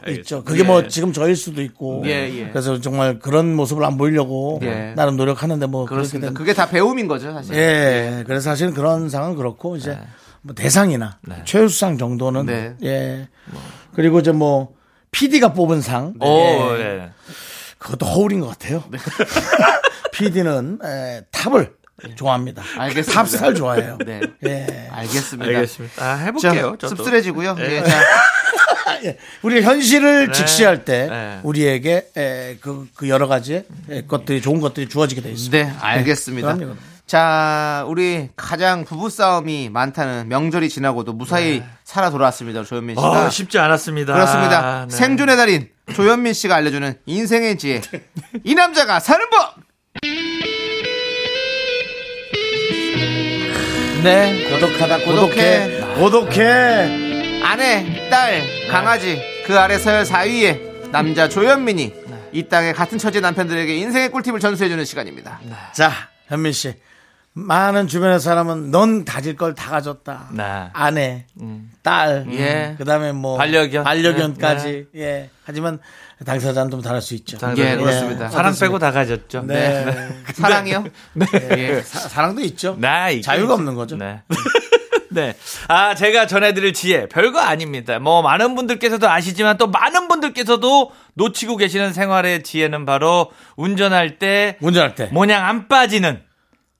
있죠. 그게 뭐 지금 저일 수도 있고. 예, 예. 그래서 정말 그런 모습을 안 보이려고 예. 나름 노력하는데 뭐 그렇게 그렇습니다. 된 그게 다 배움인 거죠, 사실. 예. 그래서 사실은 그런 상은 그렇고 이제 뭐 대상이나 최우수상 정도는 네. 예. 그리고 이제 뭐 PD가 뽑은 상 오, 예. 네. 그것도 허울인 것 같아요. 네. PD는 예, 탑을 좋아합니다. 예. 알겠습니다. 탑스타를 좋아해요. 네. 예. 알겠습니다. 알겠습니다. 자, 아, 해볼게요. 저도. 씁쓸해지고요. 예, 자, 예. 우리 현실을 직시할 때 네. 우리에게 에, 그, 그 여러 가지 것들이 좋은 것들이 주어지게 돼 있습니다. 네, 알겠습니다. 그럼요. 자, 우리 가장 부부싸움이 많다는 명절이 지나고도 무사히 살아 돌아왔습니다. 조현민 씨가. 아, 쉽지 않았습니다. 그렇습니다. 아, 네. 생존의 달인 조현민 씨가 알려주는 인생의 지혜. 이 남자가 사는 법. 네, 고독하다 고독해. 고독해 고독해 아내, 딸, 강아지 그 아래 서열 4위에 남자 조현민이 이 땅의 같은 처지 남편들에게 인생의 꿀팁을 전수해주는 시간입니다. 자, 현민 씨. 많은 주변의 사람은 넌 가질 걸 다 가졌다. 네. 아내, 딸, 예. 그다음에 뭐 반려견. 까지 예. 하지만 당사자는 좀 다를 수 있죠. 자, 예, 그렇습니다. 사랑 빼고 다 가졌죠. 네. 사랑이요? 예. 사- 사랑도 있죠. 나 네. 아, 이게- 자유가 없는 거죠. 네. 네. 아, 제가 전해드릴 지혜, 별거 아닙니다. 뭐, 많은 분들께서도 아시지만 또 많은 분들께서도 놓치고 계시는 생활의 지혜는 바로 운전할 때 운전할 때. 모냥 안 빠지는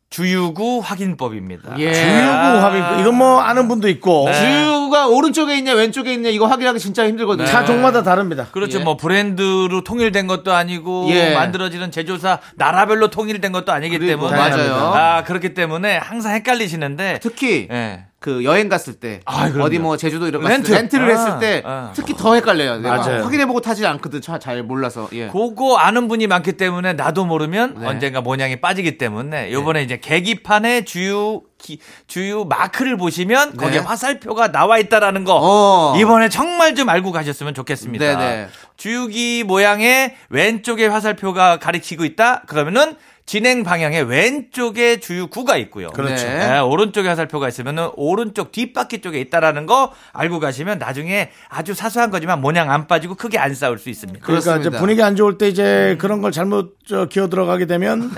주유구 확인법입니다. 예. 네. 주유구 합의 이건 뭐 아는 분도 있고 주가 오른쪽에 있냐 왼쪽에 있냐 이거 확인하기 진짜 힘들거든요. 차 종마다 다릅니다. 그렇죠. 예. 뭐 브랜드로 통일된 것도 아니고 예. 만들어지는 제조사 나라별로 통일된 것도 아니기 그리고 때문에 맞아요. 아, 아, 그렇기 때문에 항상 헷갈리시는데 네. 특히 예. 그 여행 갔을 때 아, 그럼요. 어디 뭐 제주도 이런 렌트. 렌트. 렌트를 아, 했을 때 아. 특히 더 헷갈려요. 내가 맞아요. 확인해보고 타지 않거든. 차 잘 몰라서. 예. 그거 아는 분이 많기 때문에 나도 모르면 네. 언젠가 모양이 빠지기 때문에 요번에 이제 계기판에 주유 기- 주유 마크를 보시면 거기에 화살표가 나와 있다라는 거 네. 어. 이번에 정말 좀 알고 가셨으면 좋겠습니다. 네네. 주유기 모양의 왼쪽에 화살표가 가리키고 있다. 그러면은 진행 방향의 왼쪽에 주유구가 있고요. 그렇죠. 네. 네, 오른쪽에 화살표가 있으면 오른쪽 뒷바퀴 쪽에 있다라는 거 알고 가시면 나중에 아주 사소한 거지만 모양 안 빠지고 크게 안 싸울 수 있습니다. 음. 그러니까 이제 그렇습니다. 분위기 안 좋을 때 이제 그런 걸 잘못 저, 기어 들어가게 되면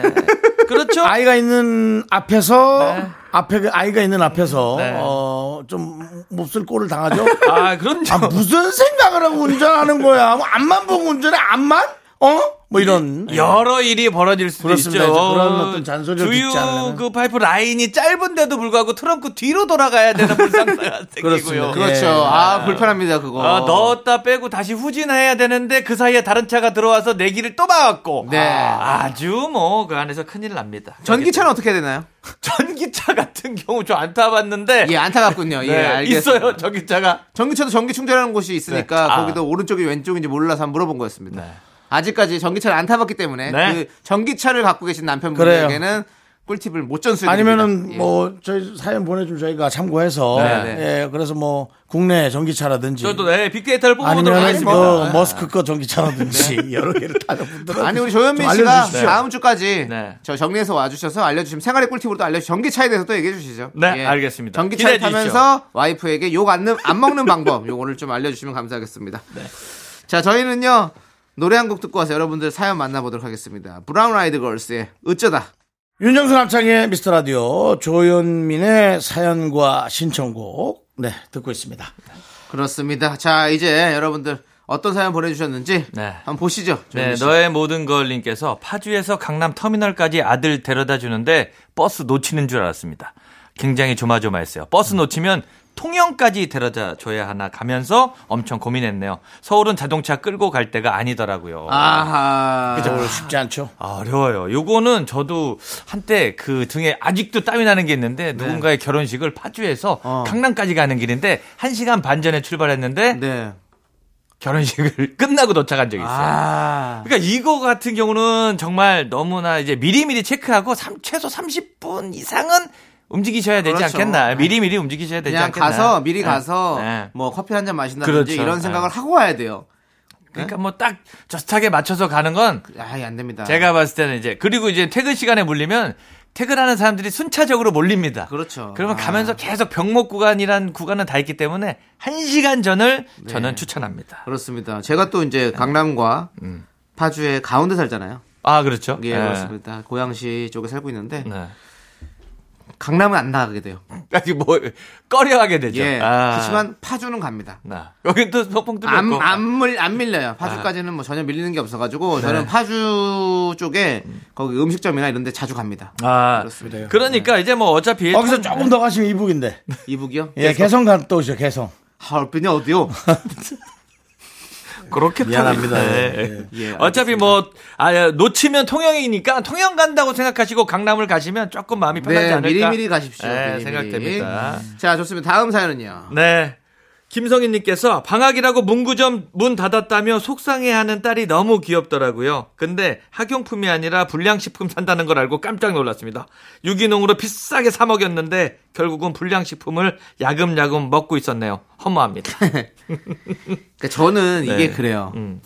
그렇죠? 아이가 있는 앞에서 앞에 그 아이가 있는 앞에서 네. 어, 좀 몹쓸 꼴을 당하죠. 아, 그럼요. 아, 무슨 생각을 하고 운전하는 거야? 뭐 앞만 보고 운전해? 앞만? 어? 뭐 예. 이런. 여러 일이 벌어질 수도 그렇습니다. 있죠. 이제 그런 어떤 잔소리를 주유 듣지 않으면은. 그 파이프 라인이 짧은데도 불구하고 트렁크 뒤로 돌아가야 되는 불상사가 생기고요. 그렇습니다. 그렇죠. 예. 아, 불편합니다, 그거. 아, 넣었다 빼고 다시 후진해야 되는데 그 사이에 다른 차가 들어와서 내 길을 또 막았고. 네. 아주 뭐 그 안에서 큰일 납니다. 전기차는 어떻게 해야 되나요? 전기차 같은 경우 저 안 타봤는데 예, 안 타갔군요. 예, 네, 알겠습니다. 있어요 전기차가. 전기차도 전기 충전하는 곳이 있으니까 네. 아. 거기도 오른쪽이 왼쪽인지 몰라서 한번 물어본 거였습니다. 네. 아직까지 전기차를 안 타봤기 때문에 네. 그 전기차를 갖고 계신 남편분에게는 꿀팁을 못 예. 전수해 예. 예. 아니면은 뭐 저희 사연 보내준 저희가 참고해서 네, 예 그래서 뭐 국내 전기차라든지 저도 네, 네. 빅데이터를 뽑아보도록 아니면 하겠습니다. 그 머스크 거 전기차라든지 여러 개를 타는 분들 아니 우리 조현민 씨가 다음 주까지 네. 저 정리해서 와주셔서 알려주시면 생활의 꿀팁으로 또 알려 주 전기차에 대해서 또 얘기해 주시죠. 예. 네, 알겠습니다. 전기차를 기대해 주시죠. 타면서 와이프에게 욕 안 먹는 방법 요거를 좀 알려주시면 감사하겠습니다. 네. 자 저희는요 노래 한 곡 듣고 와서 여러분들 사연 만나보도록 하겠습니다. 브라운 아이드 걸스의 어쩌다. 윤정수 남창의 미스터 라디오 조현민의 사연과 신청곡 네 듣고 있습니다. 그렇습니다. 자, 이제 여러분들 어떤 사연 보내주셨는지 네. 한번 보시죠. 네, 조현민 씨. 너의 모든 걸님께서 파주에서 강남 터미널까지 아들 데려다 주는데 버스 놓치는 줄 알았습니다. 굉장히 조마조마했어요. 버스 놓치면 통영까지 데려다 줘야 하나 가면서 엄청 고민했네요. 서울은 자동차 끌고 갈 때가 아니더라고요. 아하. 그죠? 쉽지 않죠. 아, 어려워요. 요거는 저도 한때 그 등에 아직도 땀이 나는 게 있는데 누군가의 결혼식을 파주에서 네. 어. 강남까지 가는 길인데 1시간 반 전에 출발했는데 네. 결혼식을 끝나고 도착한 적이 있어요. 아. 그러니까 이거 같은 경우는 정말 너무나 이제 미리미리 체크하고 삼- 최소 30분 이상은 움직이셔야 되지 그렇죠. 않겠나. 미리미리 움직이셔야 되지 그냥 않겠나. 가서 미리 네. 가서 네. 뭐 커피 한 잔 마신다든지 그렇죠. 이런 생각을 하고 와야 돼요. 네. 그러니까 뭐 딱 저스하게 맞춰서 가는 건 아예 안 됩니다. 제가 봤을 때는 이제 그리고 이제 퇴근 시간에 물리면 퇴근하는 사람들이 순차적으로 몰립니다. 그렇죠. 그러면 아. 가면서 계속 병목 구간이란 구간은 다 있기 때문에 한 시간 전을 네. 저는 추천합니다. 그렇습니다. 제가 또 이제 강남과 파주의 가운데 살잖아요. 음. 아 그렇죠. 예, 네. 그렇습니다. 고양시 쪽에 살고 있는데 네. 강남은 안 나가게 돼요. 아니 뭐 꺼려하게 되죠. 예. 아. 그렇지만 파주는 갑니다. 나 여기 또 소풍 뚫렸고. 아. 안, 안, 물, 안 밀려요. 파주까지는 뭐 전혀 밀리는 게 네. 없어가지고 저는 파주 쪽에 거기 음식점이나 이런 데 자주 갑니다. 음. 아, 그렇습니다. 그러니까 이제 뭐 어차피 거기서 조금 더 가시면 이북인데. 이북이요? 예, 개성 갔다 오죠, 개성. 하얼빈이 어디요? 그렇게 미안합니다. 네. 예, 예, 어차피 뭐 아, 놓치면 통영이니까 통영 간다고 생각하시고 강남을 가시면 조금 마음이 편하지 네, 않을까? 미리미리 가십시오. 네, 미리미리. 생각됩니다. 자, 좋습니다. 다음 사연은요. 네. 김성인님께서 방학이라고 문구점 문 닫았다며 속상해하는 딸이 너무 귀엽더라고요. 근데 학용품이 아니라 불량식품 산다는 걸 알고 깜짝 놀랐습니다. 유기농으로 비싸게 사 먹였는데 결국은 불량식품을 야금야금 먹고 있었네요. 허무합니다. 그러니까 저는 이게 네. 그래요. 음.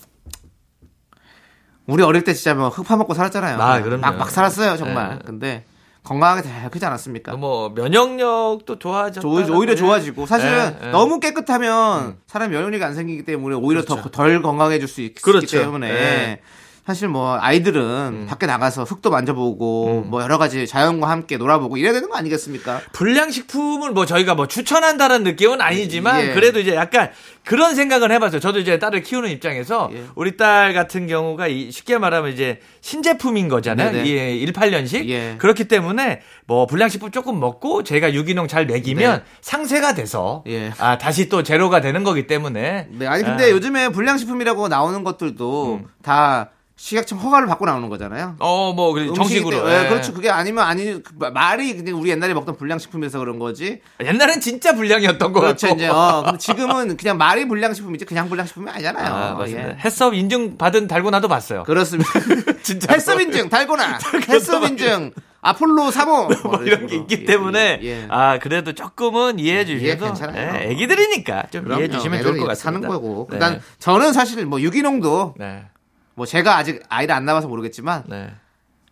우리 어릴 때 진짜 뭐 흙 파먹고 살았잖아요. 아, 그냥 그럼요. 막, 막 살았어요, 정말. 네. 근데 건강하게 잘 크지 않았습니까? 뭐 면역력도 네. 좋아져. 오히려, 오히려 좋아지고 사실은 예, 예. 너무 깨끗하면 음. 사람 면역력이 안 생기기 때문에 오히려 더 덜 건강해질 수 있기 그렇죠. 음. 때문에 예. 사실 뭐 아이들은 밖에 나가서 흙도 음. 만져보고 뭐 여러 가지 자연과 함께 놀아보고 이래야 되는 거 아니겠습니까? 불량식품을 뭐 저희가 뭐 추천한다는 느낌은 아니지만 예. 그래도 이제 약간 그런 생각을 해봤어요. 저도 이제 딸을 키우는 입장에서 예. 우리 딸 같은 경우가 이 쉽게 말하면 이제 신제품인 거잖아요. 네네. 예, 18년식 예. 그렇기 때문에 뭐 불량식품 조금 먹고 제가 유기농 잘 먹이면 네. 상쇄가 돼서 예. 아 다시 또 제로가 되는 거기 때문에 네, 아니 근데 아. 요즘에 불량식품이라고 나오는 것들도 음. 다 식약청 허가를 받고 나오는 거잖아요. 어뭐 그래 음식이 정식으로 때- 예, 예. 그렇죠. 그게 아니면 아니 그 말이 그냥 우리 옛날에 먹던 불량식품에서 그런 거지. 옛날엔 진짜 불량이었던 거 그렇죠 같고 이제 어, 근데 지금은 그냥 말이 불량식품이지 그냥 불량식품이 아니잖아요. 아, 맞습니다. 예. 햇섭 인증 받은 달고나도 봤어요. 그렇습니다. 진짜로. 헬스 인증 달고나 헬스 인증 아폴로 3호 뭐 이런 게 있기 때문에 아 그래도 조금은 이해해 예, 주셔서 괜찮아요. 예, 애기들이니까 좀 이해해 주시면 좋을 것 같습니다. 사는 거고. 네. 일단 저는 사실 뭐 유기농도 네. 뭐 제가 아직 아이를 안 낳아서 모르겠지만 네.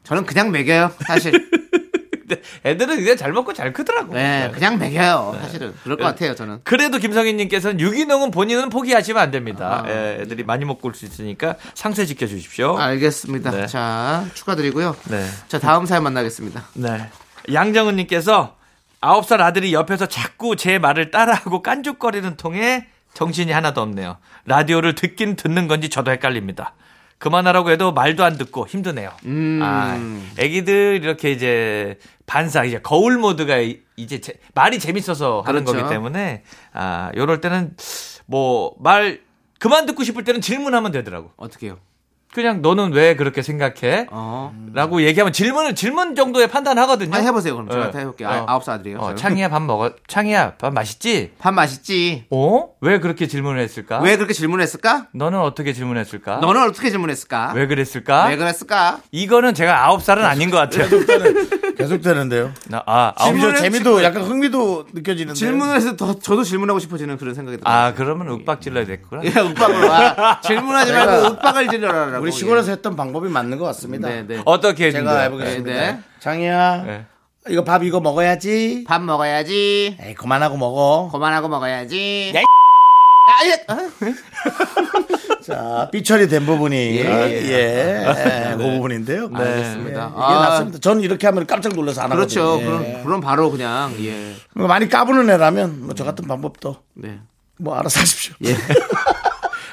저는 그냥 먹여요, 사실. 근데 애들은 그냥 잘 먹고 잘 크더라고. 네, 그냥 먹여요, 사실은. 그럴 네. 것 같아요, 저는. 그래도 김성희님께서는 유기농은 본인은 포기하시면 안 됩니다. 아. 예, 애들이 많이 먹고 올 수 있으니까 상세 지켜주십시오. 알겠습니다. 어? 네. 자, 축하드리고요. 네. 자, 다음 사연 만나겠습니다. 네. 양정은님께서 9살 아들이 옆에서 자꾸 제 말을 따라하고 깐죽거리는 통에 정신이 하나도 없네요. 라디오를 듣긴 듣는 건지 저도 헷갈립니다. 그만하라고 해도 말도 안 듣고 힘드네요. 음. 아, 애기들 이렇게 이제 반사, 이제 거울 모드가 이- 이제 제- 말이 재밌어서 하는 그렇죠. 거기 때문에 아, 요럴 때는 뭐 말 그만 듣고 싶을 때는 질문하면 되더라고. 어떻게 해요? 그냥 너는 왜 그렇게 생각해? 어. 라고 얘기하면 질문을 질문 정도의 판단하거든요. 아니, 해보세요, 그럼. 어. 저한테 해볼게요. 아, 어. 아홉 살이에요. 어, 저는. 창이야 밥 먹어. 창이야 밥 맛있지? 밥 맛있지? 어? 왜 그렇게 질문을 했을까? 왜 그렇게 질문했을까? 너는 어떻게 질문했을까? 너는 어떻게 질문했을까? 아? 왜 그랬을까? 왜 그랬을까? 이거는 제가 아홉 살은 아닌 것 같아요. 계속되는데요. 나- 아, 아홉 점점 질문- 살. 질문을 재미도 약간 흥미도 느껴지는데. 질문을 해서 더, 저도 질문하고 싶어지는 그런 생각이 들어요. 아, 그러면 윽박 질러야 됐구나. 예, 윽박으로 와. 질문하지 말고 윽박을 질러라라고. 예. 우리 시골에서 했던 방법이 맞는 것 같습니다. 네, 네. 어떻게 해준 제가 거야? 해보겠습니다. 네, 네. 장이야, 네. 이거 밥 이거 먹어야지. 밥 먹어야지. 에이, 그만하고 먹어. 그만하고 먹어야지. 야, 이 아, 예. 아, 자, 삐처리 된 부분이 예, 아, 예, 그 부분인데요. 네. 알겠습니다. 예, 이게 아. 낫습니다. 전 이렇게 하면 깜짝 놀라서 안 그렇죠. 하거든요. 예. 그럼, 그럼 바로 그냥, 예. 많이 까부는 애라면 뭐 저 같은 방법도 네. 뭐 알아서 하십시오.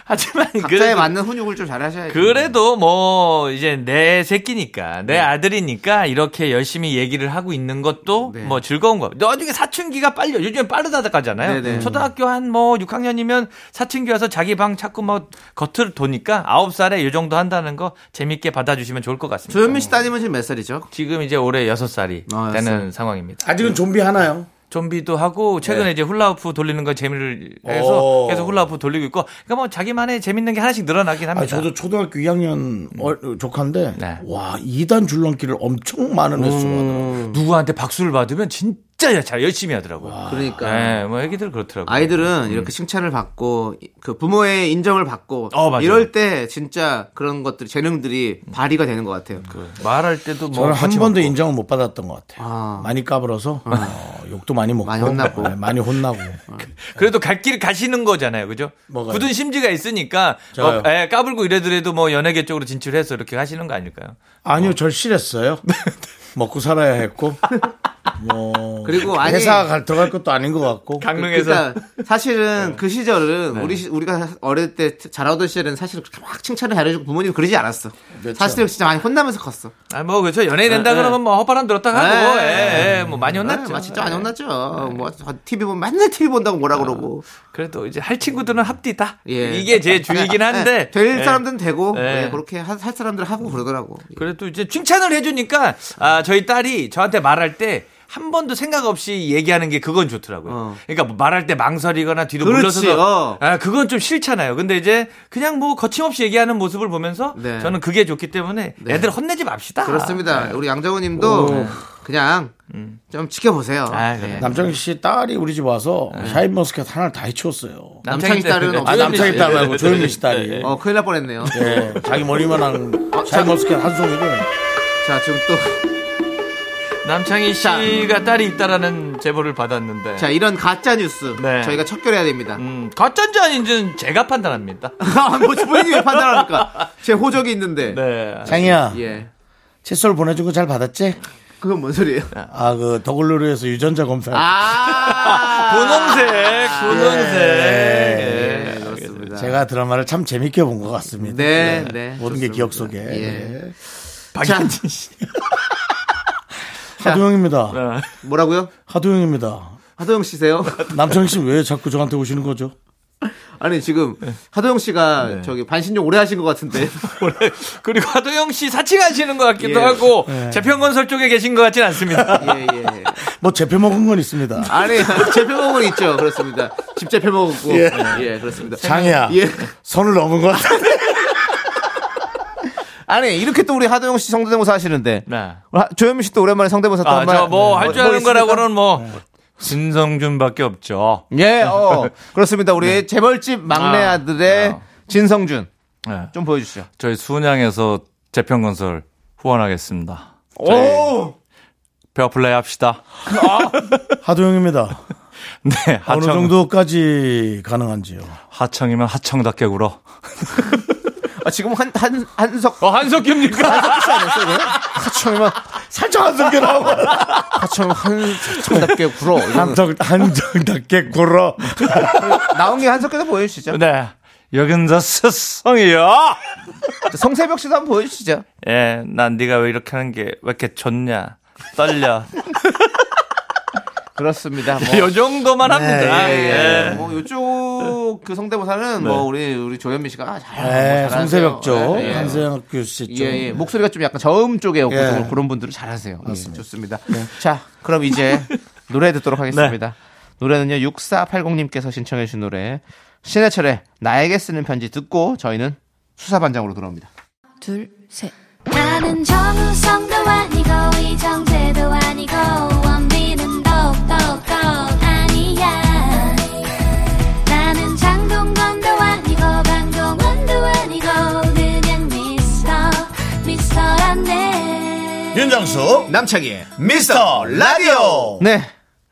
하지만 각자에 그래도, 맞는 훈육을 좀 잘하셔야죠. 그래도 뭐 이제 내 새끼니까 내 아들이니까 이렇게 열심히 얘기를 하고 있는 것도 네. 뭐 즐거운 거. 나중에 사춘기가 빨려. 요즘엔 빠르다고 하잖아요. 네네. 초등학교 한 뭐 6학년이면 사춘기 와서 자기 방 자꾸 뭐 겉을 도니까 9살에 요 정도 한다는 거 재밌게 받아주시면 좋을 것 같습니다. 조현민 씨 따님은 지금 몇 살이죠? 지금 이제 올해 6살이 아, 되는 상황입니다. 아직은 좀비 하나요? 좀비도 하고 최근에 이제 훌라후프 돌리는 거 재미를 해서 오. 계속 훌라후프 돌리고 있고 그러니까 뭐 자기만의 재밌는 게 하나씩 늘어나긴 합니다. 아, 저도 초등학교 2학년 어, 조카인데 네. 와 2단 줄넘기를 엄청 많은 횟수로 하더라고요. 누구한테 박수를 받으면 진짜 잘 열심히 하더라고요. 그러니까. 네, 음. 뭐 애기들 그렇더라고요. 아이들은 이렇게 칭찬을 받고 그 부모의 인정을 받고 어, 맞아요. 이럴 때 진짜 그런 것들 재능들이 발휘가 되는 것 같아요. 말할 때도 뭐 저는 한 같이 번도 먹고. 인정을 못 받았던 것 같아요. 아. 많이 까불어서 어, 욕도 많이 먹고 많이 혼나고. 네, 많이 혼나고 그래도 갈 길 가시는 거잖아요, 그죠? 뭐가요? 굳은 심지가 있으니까 저요? 뭐, 예, 까불고 이래더라도 뭐 연예계 쪽으로 진출해서 이렇게 하시는 거 아닐까요? 아니요 절실했어요. 먹고 살아야 했고 뭐 그리고 아니- 회사 갈 들어갈 것도 아닌 것 같고 강릉에서 네. 그러니까 사실은 그 시절은 우리 시- 우리가 어릴 때 자라던 시절에는 사실 그렇게 막 칭찬을 잘해주고 부모님 그러지 않았어. 그렇죠. 사실은 진짜 많이 혼나면서 컸어. 아, 뭐 그렇죠. 연예인 된다 그러면 뭐 헛바람 들었다 하고 예. 예, 예, 뭐 많이 혼났죠. 아, 진짜 많이 혼났죠. 뭐 TV 보면 맨날 TV 본다고 뭐라 그러고. 그래도 이제 할 친구들은 합디다. 예. 이게 제 주의긴 한데 예, 될 예. 사람들은 되고 예. 예, 그렇게 하- 할 사람들은 하고 그러더라고. 그래도 이제 칭찬을 해주니까 아 저희 딸이 저한테 말할 때. 한 번도 생각 없이 얘기하는 게 그건 좋더라고요. 어. 그러니까 뭐 말할 때 망설이거나 뒤로 그렇지, 물러서서 어. 아 그건 좀 싫잖아요. 근데 이제 그냥 뭐 거침없이 얘기하는 모습을 보면서 네. 저는 그게 좋기 때문에 애들 혼내지 맙시다. 네. 그렇습니다. 우리 양정우님도 그냥 좀 지켜보세요. 음. 아, 그래. 예. 남정희 씨 딸이 우리 집 와서 샤인머스켓 하나를 다 해치웠어요. 남창희 딸은 그래. 아 없어요. 남창희 딸 말고 조현민 씨 딸이 어 큰일 날 뻔했네요. 예, 자기 머리만 한 샤인머스켓 한 송이를 자 지금 또 남창희 씨가 딸이 있다라는 제보를 받았는데 자, 이런 가짜 뉴스 네. 저희가 척결해야 됩니다. 음, 가짜인지 아닌지는 제가 판단합니다. 아, 뭐 본인이 왜 판단합니까? 제 호적이 있는데. 네. 장이야 예. 칫솔 보내준 거 잘 받았지? 그건 뭔 소리예요? 아 그 더글로리에서 유전자 검사 아. 분홍색, 분홍색. 예. 네, 그렇습니다. 제가 드라마를 참 재밌게 본 것 같습니다. 예, 네, 네. 모든 게 좋습니다. 기억 속에. 예. 네. 박현진 씨. 하도영입니다. 네. 뭐라고요? 하도영입니다. 하도영 씨세요? 남창희 씨 왜 자꾸 저한테 오시는 거죠? 아니, 지금 하도영 씨가 저기 반신욕 오래 하신 것 같은데. 올해. 그리고 하도영 씨 사칭하시는 것 같기도 예. 하고 재평건설 쪽에 계신 것 같진 않습니다. 예, 예. 뭐 재표 먹은 건 있습니다. 아니, 제표먹은 있죠. 그렇습니다. 집 제표먹었고. 예. 그렇습니다. 장이야 예. 선을 넘은 것 같아. 아니, 이렇게 또 우리 하도영 씨 성대모사 하시는데. 네. 아, 조현민 씨도 오랜만에 성대모사 또 한번. 아저 뭐 할 줄 아는 네, 있습니까? 거라고는 뭐 진성준밖에 없죠. 예, 어. 그렇습니다. 우리 재벌집 막내 아. 아, 들의 아. 진성준. 네. 좀 보여주시죠. 저희 순양에서 재평건설 후원하겠습니다. 오! 페어플레이 합시다. 하도영입니다. 네, 하청. 어느 정도까지 가능한지요? 하청이면 하청답게 굴어. 아, 지금 한, 한, 한석. 어, 한석규입니까? 하청이면, 살짝 안 숨겨 나오고. 하청, 한, 하청답게 굴어. 이거는 한정, 한정답게 굴어. 나온 게 한석께서 보여주시죠. 네, 여긴 저 스성이요. 성세벽 씨도 한번 보여주시죠. 예, 난 네가 왜 이렇게 하는 게 왜 이렇게 좋냐. 떨려. 그렇습니다. 뭐. 요 정도만 네, 합니다. 예, 예. 뭐 요쪽 그 성대모사는 뭐 우리 우리 조현민 씨가 아, 잘 네, 잘하세요. 성세벽 쪽. 예, 예. 한세혁교 씨 쪽. 예, 예. 목소리가 좀 약간 저음 쪽에 없고 예. 좀 그런 분들은 잘하세요. 예, 좋습니다. 자, 그럼 이제 노래 듣도록 하겠습니다. 노래는요 6480님께서 신청해 주신 노래 신해철의 나에게 쓰는 편지 듣고 저희는 수사반장으로 돌아옵니다. 둘, 셋. 나는 정우성도 아니고 이정재도 아니고 원빈은 더욱더 아니야 나는 장동건도 아니고 강동원도 아니고 그냥 미스터 미스터란데 윤정수, 남창희의 미스터 라디오. 네.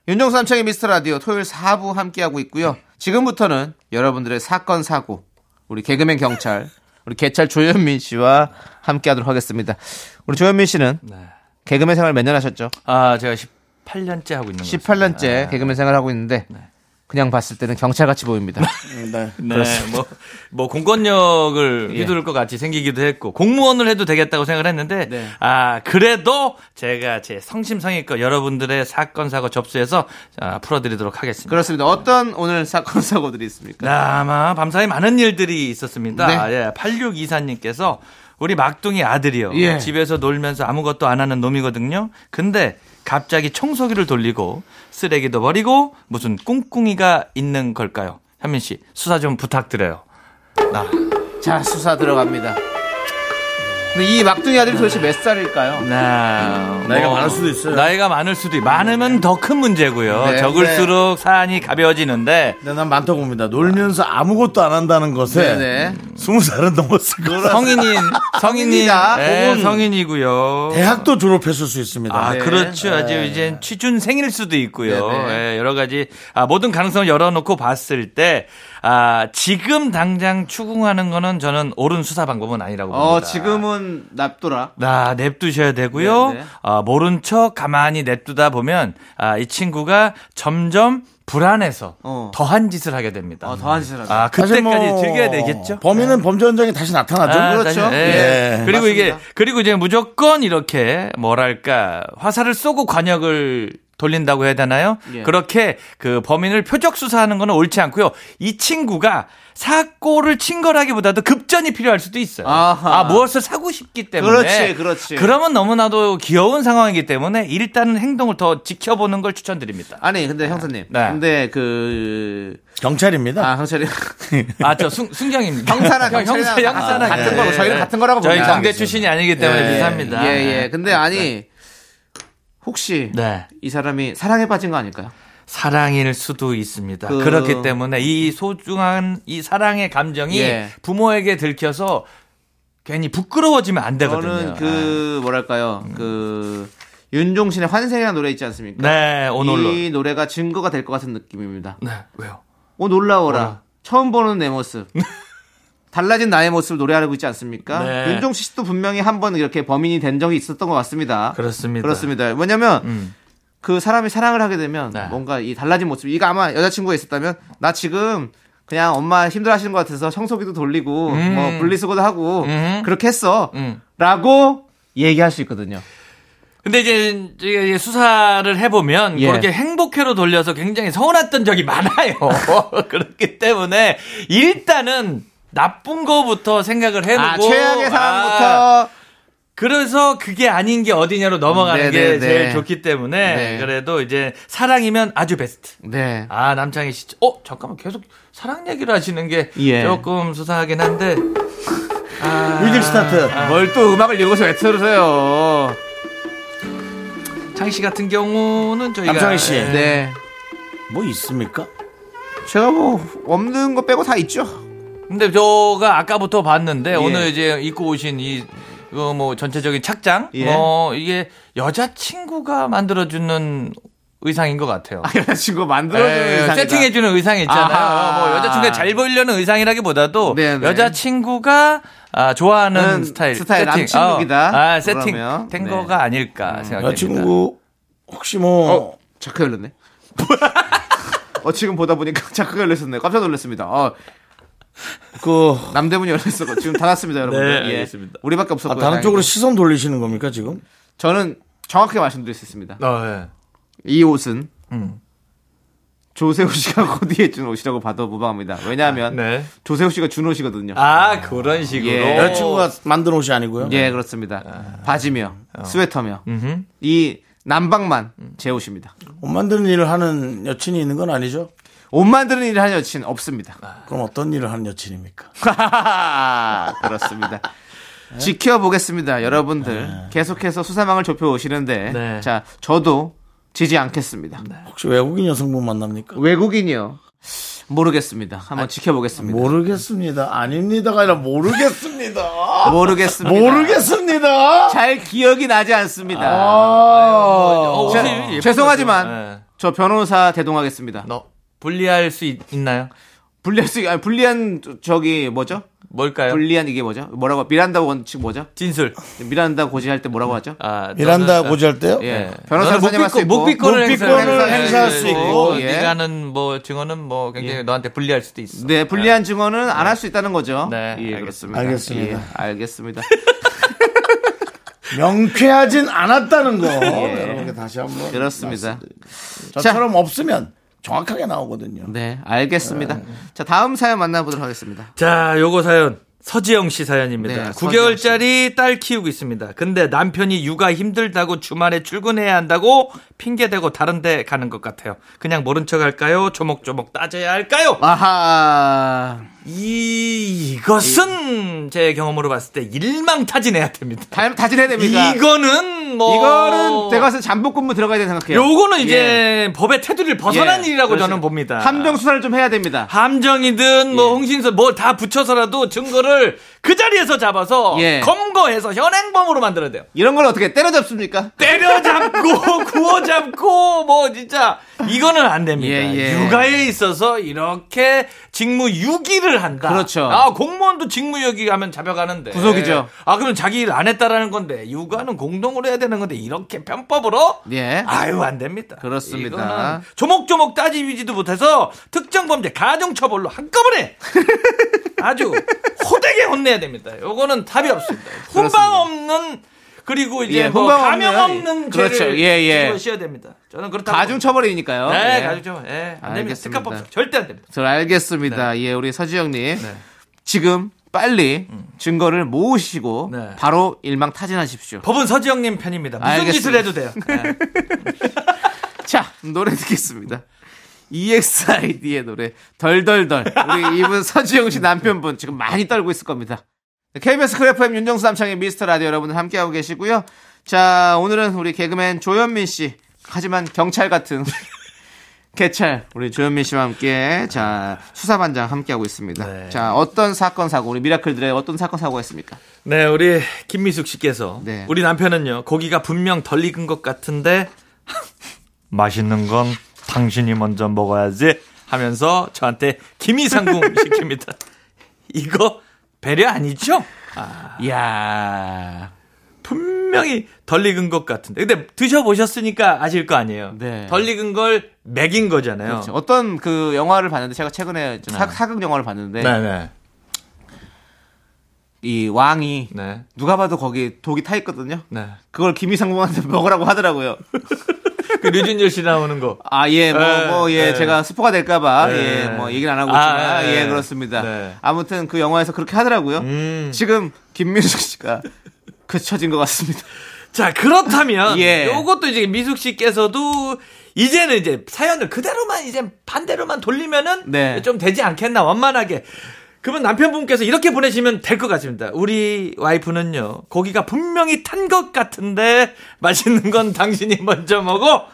윤정수 남창의 미스터 라디오 토요일 4부 함께하고 있고요. 지금부터는 여러분들의 사건, 사고, 우리 개그맨 경찰, 우리 개찰 조현민 씨와 함께하도록 하겠습니다. 우리 조현민 씨는 개그맨 생활 몇 년 하셨죠? 아, 제가 18년째 하고 있는 거예요. 18년째 개그맨 생활 하고 있는데 그냥 봤을 때는 경찰 같이 보입니다. 네, 뭐, 뭐 공권력을 예. 휘두를 것 같이 생기기도 했고 공무원을 해도 되겠다고 생각을 했는데 네. 아 그래도 제가 제 성심성의껏 여러분들의 사건 사고 접수해서 아, 풀어드리도록 하겠습니다. 네, 그렇습니다. 어떤 오늘 사건, 사고들이 있습니까? 아마 밤사이 많은 일들이 있었습니다. 네. 예, 8624님께서 우리 막둥이 아들이요. 예. 집에서 놀면서 아무것도 안 하는 놈이거든요. 근데 갑자기 청소기를 돌리고 쓰레기도 버리고 무슨 꿍꿍이가 있는 걸까요? 현민 씨 수사 좀 부탁드려요. 자, 수사 들어갑니다. 근데 이 막둥이 아들이 도대체 몇 살일까요? 나, 나이가 많을 수도 있어요. 네. 뭐, 나이가 많을 수도 있. 많으면 더 큰 문제고요. 네, 적을수록 사안이 가벼워지는데 네, 난 많다고 봅니다. 놀면서 아무것도 안 한다는 것에 네네. 스무 살은 넘었을 거라. 성인인 성인이 성인이다. 네, 혹은 성인이고요. 대학도 졸업했을 수 있습니다. 아, 네. 그렇죠. 아주 이제 취준생일 수도 있고요. 네, 네. 예, 여러 가지 아, 모든 가능성을 열어놓고 봤을 때 아, 지금 당장 추궁하는 거는 저는 옳은 수사 방법은 아니라고 봅니다. 어, 지금은 납돌아. 나 냅두셔야 되고요. 네, 네. 아, 모른 척 가만히 냅두다 보면 아, 이 친구가 점점 불안해서 어. 더한 짓을 하게 됩니다. 어, 더한 짓을 하죠. 아, 사실 그때까지 뭐 즐겨야 되겠죠. 범인은 범죄 현장에 다시 나타나죠. 아, 그렇죠. 다시- 예. 그리고 이게 맞습니다. 그리고 이제 무조건 이렇게 뭐랄까 화살을 쏘고 관역을 돌린다고 해야 되나요? 예. 그렇게 그 범인을 표적 수사하는 거는 옳지 않고요. 이 친구가 사고를 친 거라기보다도 급전이 필요할 수도 있어요. 아하. 아 무엇을 사고 싶기 때문에. 그렇지, 그렇지. 그러면 너무나도 귀여운 상황이기 때문에 일단은 행동을 더 지켜보는 걸 추천드립니다. 아니 근데 형사님 네. 근데 그 경찰입니다. 아, 형사님. 아 저 승장입니다. 형사나 형- 형사, 경찰이나 형사나 같은 예. 거고, 저희는 같은 거라고 저희 봅니다. 경대 출신이 아니기 때문에 비슷합니다. 예, 예. 근데 아니, 혹시 네. 이 사람이 사랑에 빠진 거 아닐까요? 사랑일 수도 있습니다. 그- 그... 렇기 때문에 이 소중한 이 사랑의 감정이 예. 부모에게 들켜서 괜히 부끄러워지면 안 되거든요. 아. 저는 그, 뭐랄까요. 그, 윤종신의 환생이라는 노래 있지 않습니까? 네, 오늘로. 이 노래가 증거가 될 것 같은 느낌입니다. 네, 왜요? 오, 놀라워라. 처음 보는 내 모습. 달라진 나의 모습을 노래하고 있지 않습니까? 네. 그러니까 윤종신 씨도 분명히 한 번 이렇게 범인이 된 적이 있었던 것 같습니다. 그렇습니다. 음. 그렇습니다. 왜냐면, 그 사람이 사랑을 하게 되면 네. 뭔가 이 달라진 모습 이거 아마 여자친구가 있었다면 나 지금 그냥 엄마 힘들어하시는 것 같아서 청소기도 돌리고 뭐 분리수거도 하고 그렇게 했어 음. 라고 얘기할 수 있거든요 근데 이제 이제 수사를 해보면 예. 그렇게 행복회로 돌려서 굉장히 서운했던 적이 많아요. 그렇기 때문에 일단은 나쁜 거부터 생각을 해놓고 아, 최악의 아, 사랑부터 그래서 그게 아닌 게 어디냐로 넘어가는 네네네. 게 제일 좋기 때문에 네. 그래도 이제 사랑이면 아주 베스트. 네 아 남창희 씨, 어 잠깐만 계속 사랑 얘기를 하시는 게 예. 조금 수상하긴 한데 위글 스타트. 아, 뭘 또 음악을 읽어서 왜 틀으세요 창희 씨 같은 경우는 저희가 남창희 씨. 예. 네 뭐 있습니까? 제가 뭐 없는 거 빼고 다 있죠 예. 근데 저가 아까부터 봤는데 오늘 이제 입고 오신 이 그 뭐 전체적인 착장 예. 어 이게 여자 친구가 만들어주는 의상인 것 같아요. 여자친구 만들어주는 예, 의상이다. 세팅해주는 의상 있잖아요. 아하. 뭐 여자친구가 잘 보이려는 의상이라기보다도 네네. 여자친구가 아, 좋아하는 음, 스타일, 스타일, 세팅. 남친룩이다. 어, 아, 세팅 그러면. 된 네. 거가 아닐까 생각합니다. 여자친구 혹시 뭐 어, 자크 열렸네. 어 지금 보다 보니까 자크가 열렸었네요. 깜짝 놀랐습니다. 어, 그 남대문이 열렸어. 지금 닫았습니다, 여러분. 네, 알겠습니다. 우리밖에 아, 없었고요. 다른 쪽으로 다행히. 시선 돌리시는 겁니까 지금? 저는 정확하게 말씀드릴 수 있습니다. 네. 어, 예. 이 옷은 조세호 씨가 코디해 준 옷이라고 봐도 무방합니다. 왜냐하면 네. 조세호 씨가 준 옷이거든요. 아 그런 식으로 예. 여자친구가 만든 옷이 아니고요. 예, 그렇습니다. 바지며 스웨터며 이 남방만 제 옷입니다. 옷 만드는 일을 하는 여친이 있는 건 아니죠? 옷 만드는 일을 하는 여친 없습니다. 그럼 어떤 일을 하는 여친입니까? 그렇습니다. 지켜보겠습니다. 여러분들 계속해서 수사망을 좁혀 오시는데 네. 자 저도 지지 않겠습니다. 혹시 외국인 여성분 만납니까? 외국인이요? 모르겠습니다. 한번 지켜보겠습니다. 모르겠습니다. 아닙니다가 아니라 모르겠습니다. 모르겠습니다. 모르겠습니다. 잘 기억이 나지 않습니다. 어, 제- 옷이 예쁜 죄송하지만 네. 거죠. 예. 저 변호사 대동하겠습니다. 너 분리할 수 있, 나요 불리할 수 아니, 불리한 저- 저기 뭐죠? 네. 뭘까요? 불리한 이게 뭐죠? 뭐라고 미란다 원칙 뭐죠? 진술. 미란다 고지할 때 뭐라고 하죠? 아, 미란다 너는- 고지할 때요? 예. 너는 변호사 선임할 수 있고 목비권을 목비권을 행사할, 행사할 수 어, 있고, 예. 네가 하는 뭐 증언은 뭐 굉장히 너한테 불리할 수도 있어. 네, 불리한 증언은 안 할 수 있다는 거죠. 네, 예, 알겠습니다. 그렇습니다. 알겠습니다. 예, 알겠습니다. 명쾌하진 않았다는 거. 여러분께 다시 한번. 예. 그렇습니다. 저처럼 없으면 정확하게 나오거든요. 네, 알겠습니다. 자, 다음 사연 만나보도록 하겠습니다. 자, 요거 사연. 서지영 씨 사연입니다. 네, 9개월짜리 딸 키우고 있습니다. 근데 남편이 육아 힘들다고 주말에 출근해야 한다고 핑계대고 다른 데 가는 것 같아요. 그냥 모른 척 할까요? 조목조목 따져야 할까요? 아하. 이, 이것은 제 경험으로 봤을 때 일망타진해야 됩니다. 다, 다질해야 됩니다. 이거는 뭐. 그러니까 이거는 내가 봤을 때 잠복근무 들어가야 된다고 생각해요. 요거는 예. 이제 법의 테두리를 벗어난 예, 일이라고 그렇습니다. 저는 봅니다. 함정 예. 수사를 좀 해야 됩니다. 이든뭐 홍신서 뭘 다 붙여서라도 증거를 그 자리에서 잡아서 예. 검거해서 현행범으로 만들어야 돼요. 이런 걸 어떻게 때려잡습니까? 때려잡고 구워잡고 뭐 진짜 이거는 안 됩니다. 예, 예. 육아에 있어서 이렇게 직무유기를 한다. 그렇죠. 아 공무원도 직무유기하면 잡혀가는데 구속이죠. 아 그럼 자기 일 안 했다라는 건데 육아는 공동으로 해야 되는 건데 이렇게 편법으로 예. 아유 안 됩니다. 그렇습니다. 이거는 조목조목 따지지도 못해서 특정 범죄 가중처벌로 한꺼번에 아주 호되게 혼내야 됩니다. 요거는 답이 없습니다. 훈방 없는 그리고 이제 예, 뭐 훈방 가명 없는, 없는 죄를 그렇죠. 예, 예. 씌워야 됩니다. 저는 그렇다고 가중 처벌이니까요. 네, 예. 가중처벌. 예, 안 됩니다. 알겠습니다. 특가법 절대 안 됩니다. 저 알겠습니다. 예, 우리 서지영님 지금 빨리 증거를 모으시고 네. 바로 일망타진하십시오. 법은 서지영님 편입니다. 무슨 짓을 알겠습니다. 해도 돼요. 예. 자 노래 듣겠습니다. E EXID의 노래 덜덜덜 우리 이분 서지영 씨 남편분 지금 많이 떨고 있을 겁니다. KBS 크 FM 윤정수 남창의 미스터 라디오 여러분들 함께하고 계시고요. 자 오늘은 우리 개그맨 조현민 씨 하지만 경찰 같은 우리 개찰 우리 조현민 씨와 함께 자 수사반장 함께하고 있습니다. 네. 자 어떤 사건 사고 우리 미라클들의 어떤 사건 사고가 있습니까? 네, 우리 김미숙 씨께서 네. 우리 남편은요 고기가 분명 덜 익은 것 같은데 맛있는 건 당신이 먼저 먹어야지. 하면서 저한테 김이상궁 시킵니다. 이거 배려 아니죠? 이야 분명히 덜 익은 것 같은데. 근데 드셔보셨으니까 아실 거 아니에요. 네. 덜 익은 걸 먹인 거잖아요. 그렇죠. 어떤 그 영화를 봤는데 제가 최근에 좀 사, 사극 영화를 봤는데 네. 네네. 이 왕이 네. 누가 봐도 거기 독이 타 있거든요. 네. 그걸 김이상봉한테 먹으라고 하더라고요. 그 류준열 씨 나오는 거. 아, 예, 뭐, 네, 뭐, 예, 네. 제가 스포가 될까봐, 네. 예, 뭐, 얘기는 안 하고 아, 있지만, 네, 예, 네. 그렇습니다. 네. 음. 아무튼 그 영화에서 그렇게 하더라고요. 지금 김민숙 씨가 그쳐진 것 같습니다. 자, 그렇다면 예. 요것도 이제 미숙 씨께서도 이제는 이제 사연을 그대로만 이제 반대로만 돌리면은 네. 좀 되지 않겠나 원만하게. 그러면 남편분께서 이렇게 보내시면 될 것 같습니다. 우리 와이프는요. 고기가 분명히 탄 것 같은데 맛있는 건 당신이 먼저 먹어.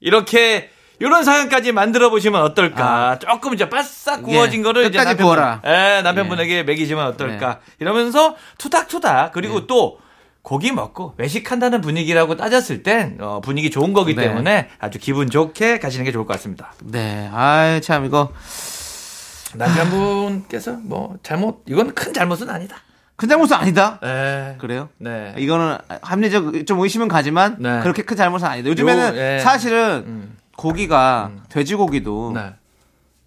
이렇게 요런 사연까지 만들어 보시면 어떨까? 조금 이제 바싹 아. 구워진 예. 거를 이제 끝까지 남편분, 구워라. 네. 예, 남편분에게 먹이시면 어떨까? 이러면서 투닥투닥 그리고 또 고기 먹고 외식한다는 분위기라고 따졌을 땐 어, 분위기 좋은 거기 네. 때문에 아주 기분 좋게 가시는 게 좋을 것 같습니다. 네. 아이, 참, 이거. 남편분께서 뭐 잘못 이건 큰 잘못은 아니다. 큰 잘못은 아니다. 에, 그래요? 네. 이거는 합리적, 좀 의심은 가지만 네. 그렇게 큰 잘못은 아니다. 요즘에는 요- 예. 음. 사실은 고기가, 돼지고기도 네.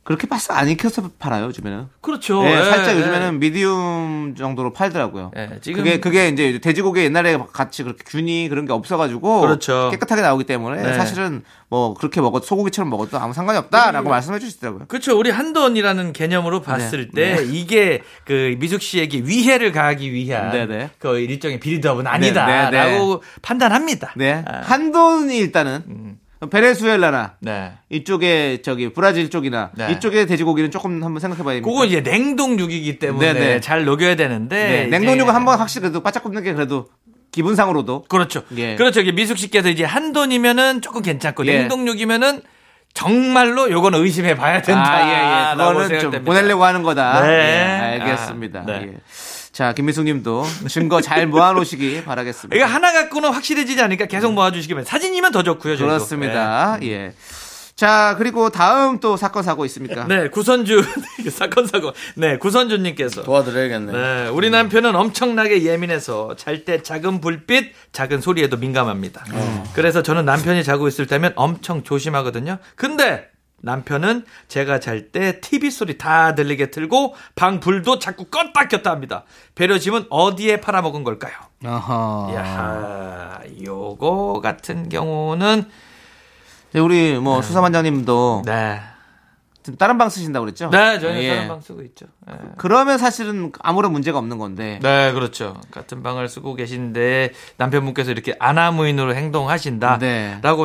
그렇게 바싹 안 익혀서 팔아요, 요즘에는. 그렇죠. 예, 예, 살짝 예. 요즘에는 미디움 정도로 팔더라고요. 예, 지금- 그게 그게 이제 돼지고기 옛날에 같이 그렇게 균이 그런 게 없어가지고 그렇죠. 깨끗하게 나오기 때문에 네. 사실은 뭐 그렇게 먹어 소고기처럼 먹어도 아무 상관이 음. 없다라고 말씀해 주시더라고요. 그렇죠. 우리 한돈이라는 개념으로 봤을 때 이게 그 미숙 씨에게 위해를 가하기 위한 네, 네. 그 일종의 빌드업은 아니다라고 네, 네, 판단합니다. 네, 아, 음. 한돈이 일단은 베네수엘라나 네. 이쪽에 저기 브라질 쪽이나 네. 이쪽에 돼지고기는 조금 한번 생각해봐야 됩니다. 그거 이제 냉동육이기 때문에 그러니까. 네, 네. 잘 녹여야 되는데 네, 이제- 냉동육은 한번 확실히 그래도 바짝 굽는 게 그래도 기분상으로도 그렇죠. 예. 그렇죠. 이게 미숙 씨께서 이제 한돈이면은 조금 괜찮고 예. 냉동육이면은 정말로 요건 의심해 봐야 된다. 아, 예, 예. 라고 그거는 좀 생각됩니다. 보내려고 하는 거다. 네. 예, 알겠습니다. 아, 네. 예. 자, 김민숙 님도 증거 잘 모아놓으시기 바라겠습니다. 이거 하나 갖고는 확실해지지 않으니까 계속 모아주시기 바랍니다. 사진이면 더 좋고요. 저희도. 그렇습니다. 네. 예. 자, 그리고 다음 또 사건 사고 있습니까? 네, 구선주 사건 사고. 네, 구선주님께서 도와드려야겠네. 네, 우리 남편은 엄청나게 예민해서 잘 때 작은 불빛, 작은 소리에도 민감합니다. 그래서 저는 남편이 자고 있을 때면 엄청 조심하거든요. 근데 남편은 제가 잘 때 TV 소리 다 들리게 틀고 방 불도 자꾸 껐다 켰다 합니다. 배려심은 어디에 팔아먹은 걸까요? 예. 어허. 야, 요거 같은 경우는 네, 우리 뭐 수사반장님도 네, 지금 다른 방 쓰신다고 그랬죠? 네, 저는 예. 다른 방 쓰고 있죠. 예. 그러면 사실은 아무런 문제가 없는 건데. 네, 그렇죠. 같은 방을 쓰고 계신데 남편분께서 이렇게 아나무인으로 행동하신다라고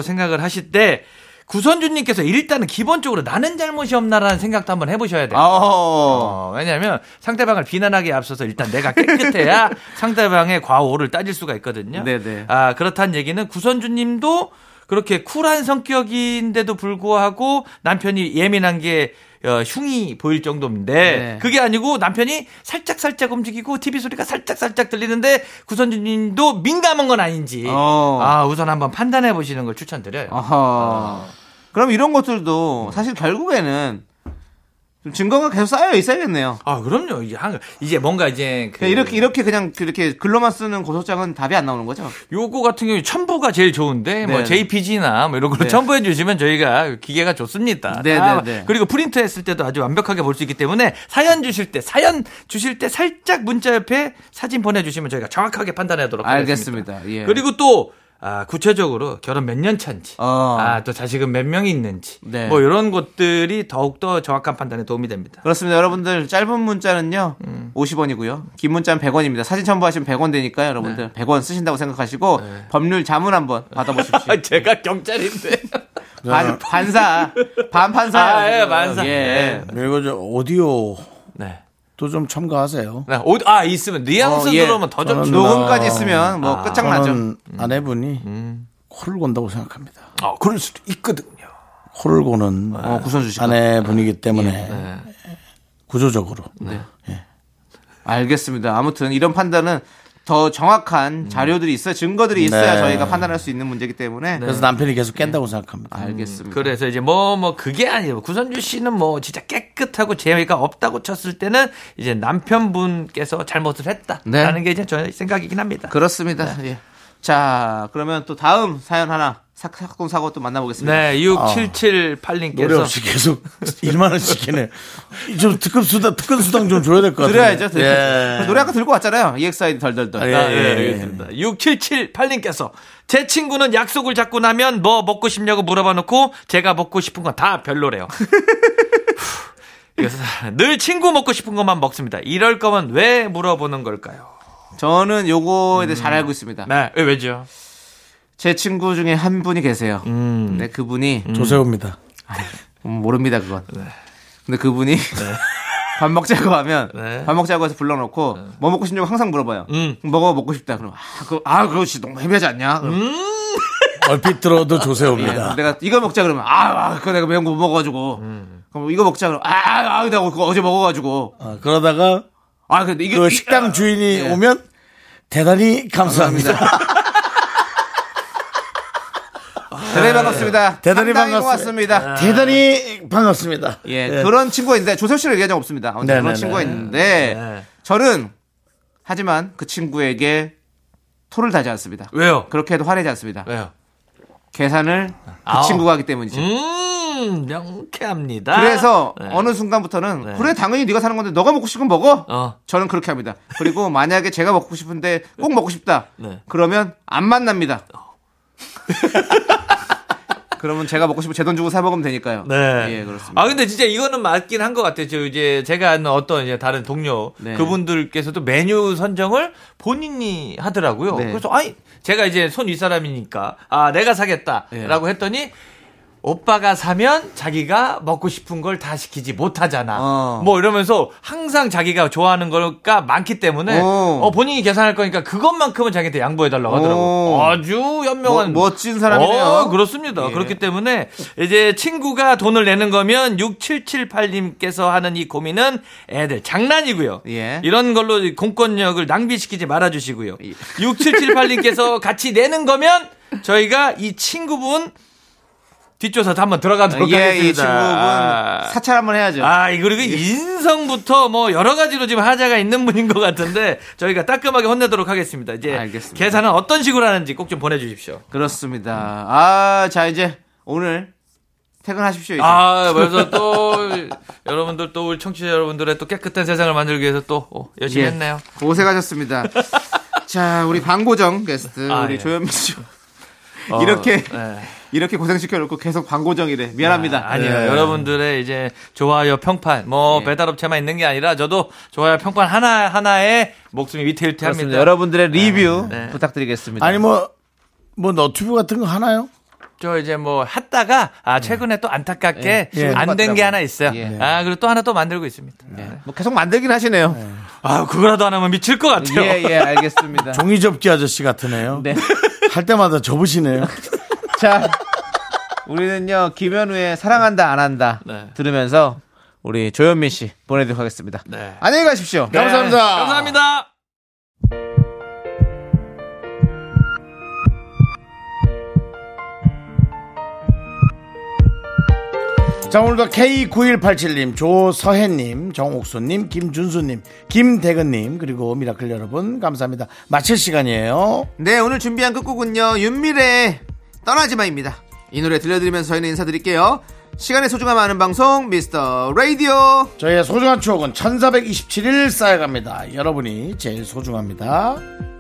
네. 생각을 하실 때 구선주님께서 일단은 기본적으로 나는 잘못이 없나라는 생각도 한번 해보셔야 돼요. 어. 어, 왜냐하면 상대방을 비난하기에 앞서서 일단 내가 깨끗해야 상대방의 과오를 따질 수가 있거든요. 네네. 아 그렇다는 얘기는 구선주님도 그렇게 쿨한 성격인데도 불구하고 남편이 예민한 게 어, 흉이 보일 정도인데 네. 그게 아니고 남편이 살짝 살짝 움직이고 TV 소리가 살짝 살짝 들리는데 구선주님도 민감한 건 아닌지 어. 아. 아 우선 한번 판단해 보시는 걸 추천드려요. 어허. 그럼 이런 것들도 사실 결국에는 좀 증거가 계속 쌓여 있어야겠네요. 아 그럼요 이제 한 이제 뭔가 이제 그 그냥 이렇게 이렇게 그냥 이렇게 글로만 쓰는 고소장은 답이 안 나오는 거죠? 요거 같은 경우 첨부가 제일 좋은데 뭐 네. JPG나 뭐 이런 걸로 네. 첨부해 주시면 저희가 기계가 좋습니다. 네, 다 네, 네. 그리고 프린트 했을 때도 아주 완벽하게 볼 수 있기 때문에 사연 주실 때 사연 주실 때 살짝 문자 옆에 사진 보내 주시면 저희가 정확하게 판단하도록 하겠습니다. 네. 알겠습니다. 예. 그리고 또 아, 구체적으로 결혼 몇 년 차인지, 어. 아, 또 자식은 몇 명이 있는지, 네. 뭐 이런 것들이 더욱더 정확한 판단에 도움이 됩니다. 그렇습니다. 여러분들 짧은 문자는요 음. 50원이고요. 긴 문자는 100원입니다. 사진 첨부하시면 100원 되니까 네. 여러분들 100원 쓰신다고 생각하시고 법률 자문 한번 받아보십시오. 제가 경찰인데. 반, 반사 반판사. 아, 예, 반사. 예. 그리고 저 오디오 네. 도 좀 첨가하세요. 네, 옷, 아, 있으면, 뉘앙스 어, 예. 들어오면 더 아. 좋죠. 저는 녹음까지 있으면 뭐 끝장나죠. 음. 저는 아내분이 코를 건다고 생각합니다. 아, 그럴 수도 있거든요. 코를 고는 어, 구선주 예. 네. 씨. 아내분이기 때문에 구조적으로 네. 알겠습니다. 아무튼 이런 판단은 더 음. 정확한 자료들이 있어야 증거들이 있어야 네. 저희가 판단할 수 있는 문제이기 네. 때문에 그래서 남편이 계속 깬다고 아, 생각합니다. 알겠습니다. 그래서 이제 뭐 뭐 그게 아니에요. 구선주 씨는 뭐 진짜 깨끗하고 재미가 없다고 쳤을 때는 이제 남편분께서 잘못을 했다라는 네. 게 이제 저의 생각이긴 합니다. 그렇습니다. 예. 자, 그러면 또 다음 사연 하나 사, 사건 사고 또 만나보겠습니다. 네, 6778님께서 노래 없이 계속 일만 원 시키네. 좀 특급 수당 특급 수당 좀 줘야 될 것 같아요. 드려야죠. 드려야죠. 노래 아까 들고 왔잖아요. EXID 덜덜덜. 예. 아, 예, 아, 예, 예, 알겠습니다. 6778님께서 제 친구는 약속을 잡고 나면 뭐 먹고 싶냐고 물어봐 놓고 제가 먹고 싶은 건 다 별로래요. 그래서 늘 친구 먹고 싶은 것만 먹습니다. 이럴 거면 왜 물어보는 걸까요? 저는 요거에 대해 잘 알고 있습니다. 네, 왜, 왜죠? 제 친구 중에 한 분이 계세요. 근데 그분이 음. 조세호입니다. 음, 모릅니다 그건. 근데 그분이 밥 먹자고 하면 네. 밥 먹자고 해서 불러놓고 뭐 먹고 싶냐고 항상 물어봐요. 음. 먹어 먹고 싶다. 그럼 아, 그, 아 그렇지 너무 헤비하지 않냐? 그럼 얼핏 들어도 예, 조세호입니다. 내가 이거 먹자 그러면 아, 아 그거 내가 매운 거 못 먹어가지고 그럼 이거 먹자 그러면 아, 아, 나 그거 어제 먹어가지고 아, 그러다가 아 근데 이게 그 이- 식당 주인이 오면 대단히 감사합니다. 아, 대단히 반갑습니다. 예. 대단히 상당히 반갑습니다. 네. 고맙습니다. 대단히 반갑습니다. 네. 예, 그런 친구가 있는데 조세호 씨를 얘기한 적 없습니다. 아무튼 네네네. 네. 그런 친구가 있는데 저는 하지만 그 친구에게 토를 다지 않습니다. 왜요? 그렇게 해도 화내지 않습니다. 왜요? 계산을 그 친구가 하기 때문이죠. 음, 명쾌합니다. 아, 그래서 네. 어느 순간부터는 그래 당연히 네가 사는 건데 너가 먹고 싶은 거 먹어. 아. 어. 저는 그렇게 합니다. 그리고 만약에 제가 먹고 싶은데 꼭 먹고 싶다. 네. 그러면 안 만납니다. 어. 그러면 제가 먹고 싶으면 제 돈 주고 사 먹으면 되니까요. 네. 예, 그렇습니다. 아 근데 진짜 이거는 맞긴 한 것 같아요. 저 이제 제가 아는 어떤 이제 다른 동료 네. 그분들께서도 메뉴 선정을 본인이 하더라고요. 네. 그래서 아니 제가 이제 손 윗사람이니까 아 내가 예. 사겠다라고 했더니 오빠가 사면 자기가 먹고 싶은 걸 다 시키지 못하잖아. 어. 뭐 이러면서 항상 자기가 좋아하는 거가 많기 때문에 어. 어, 본인이 계산할 거니까 그것만큼은 자기한테 양보해 달라고 하더라고. 어. 뭐, 아주 현명한 멋- 멋진 사람이네요. 어, 예. 그렇습니다. 그렇기 때문에 이제 친구가 돈을 내는 거면 6778님께서 하는 이 고민은 애들 장난이고요. 예. 이런 걸로 공권력을 낭비시키지 말아 주시고요. 6778님께서 같이 내는 거면 저희가 이 친구분 뒷조사도 한번 들어가도록 예, 하겠습니다. 이 친구분 예. 아. 사찰 한번 해야죠. 아, 이 그리고 인성부터 뭐 여러 가지로 지금 하자가 있는 분인 것 같은데 저희가 따끔하게 혼내도록 하겠습니다. 이제 알겠습니다. 계산은 어떤 식으로 하는지 꼭 좀 보내주십시오. 그렇습니다. 아, 자 이제 오늘 퇴근하십시오. 이제. 아, 그래서 또 여러분들 또 우리 청취자 여러분들의 또 깨끗한 세상을 만들기 위해서 또 어, 열심히 예. 했네요. 고생하셨습니다. 자, 우리 방고정 게스트 아, 우리 예. 조현민 씨 이렇게 네. 이렇게 고생시켜 놓고 계속 방고정이래. 미안합니다. 아니요. 예, 여러분들의 이제 좋아요 평판 뭐 예. 배달업체만 있는 게 아니라 저도 좋아요 평판 하나 하나에 목숨이 위태위태합니다. 그렇습니다. 여러분들의 리뷰 네. 부탁드리겠습니다. 아니 뭐 뭐 너튜브 같은 거 하나요? 저 이제 뭐 했다가 예. 아 최근에 또 안타깝게 예. 안 된 게 받더라고요. 하나 있어요. 예. 아 그리고 또 하나 또 만들고 있습니다. 네. 뭐 계속 만들긴 하시네요. 아 그거라도 안 하면 미칠 것 같아요. 예, 예, 알겠습니다. 종이 접기 아저씨 같으네요. 네. 할 때마다 접으시네요. 자, 우리는요 김현우의 사랑한다 안 한다 네. 들으면서 우리 조현민 씨 보내드리도록 하겠습니다. 네. 안녕히 가십시오. 감사합니다. 감사합니다. 자 오늘도 K9187님, 조서혜님, 정옥수님, 김준수님, 김대근님 그리고 미라클 여러분 감사합니다. 마칠 시간이에요. 네, 오늘 준비한 끝곡은요 윤미래의 떠나지마입니다. 이 노래 들려드리면서 저희는 인사드릴게요. 시간의 소중함 아는 방송 미스터 라디오. 저희의 소중한 추억은 1427일 쌓여갑니다. 여러분이 제일 소중합니다.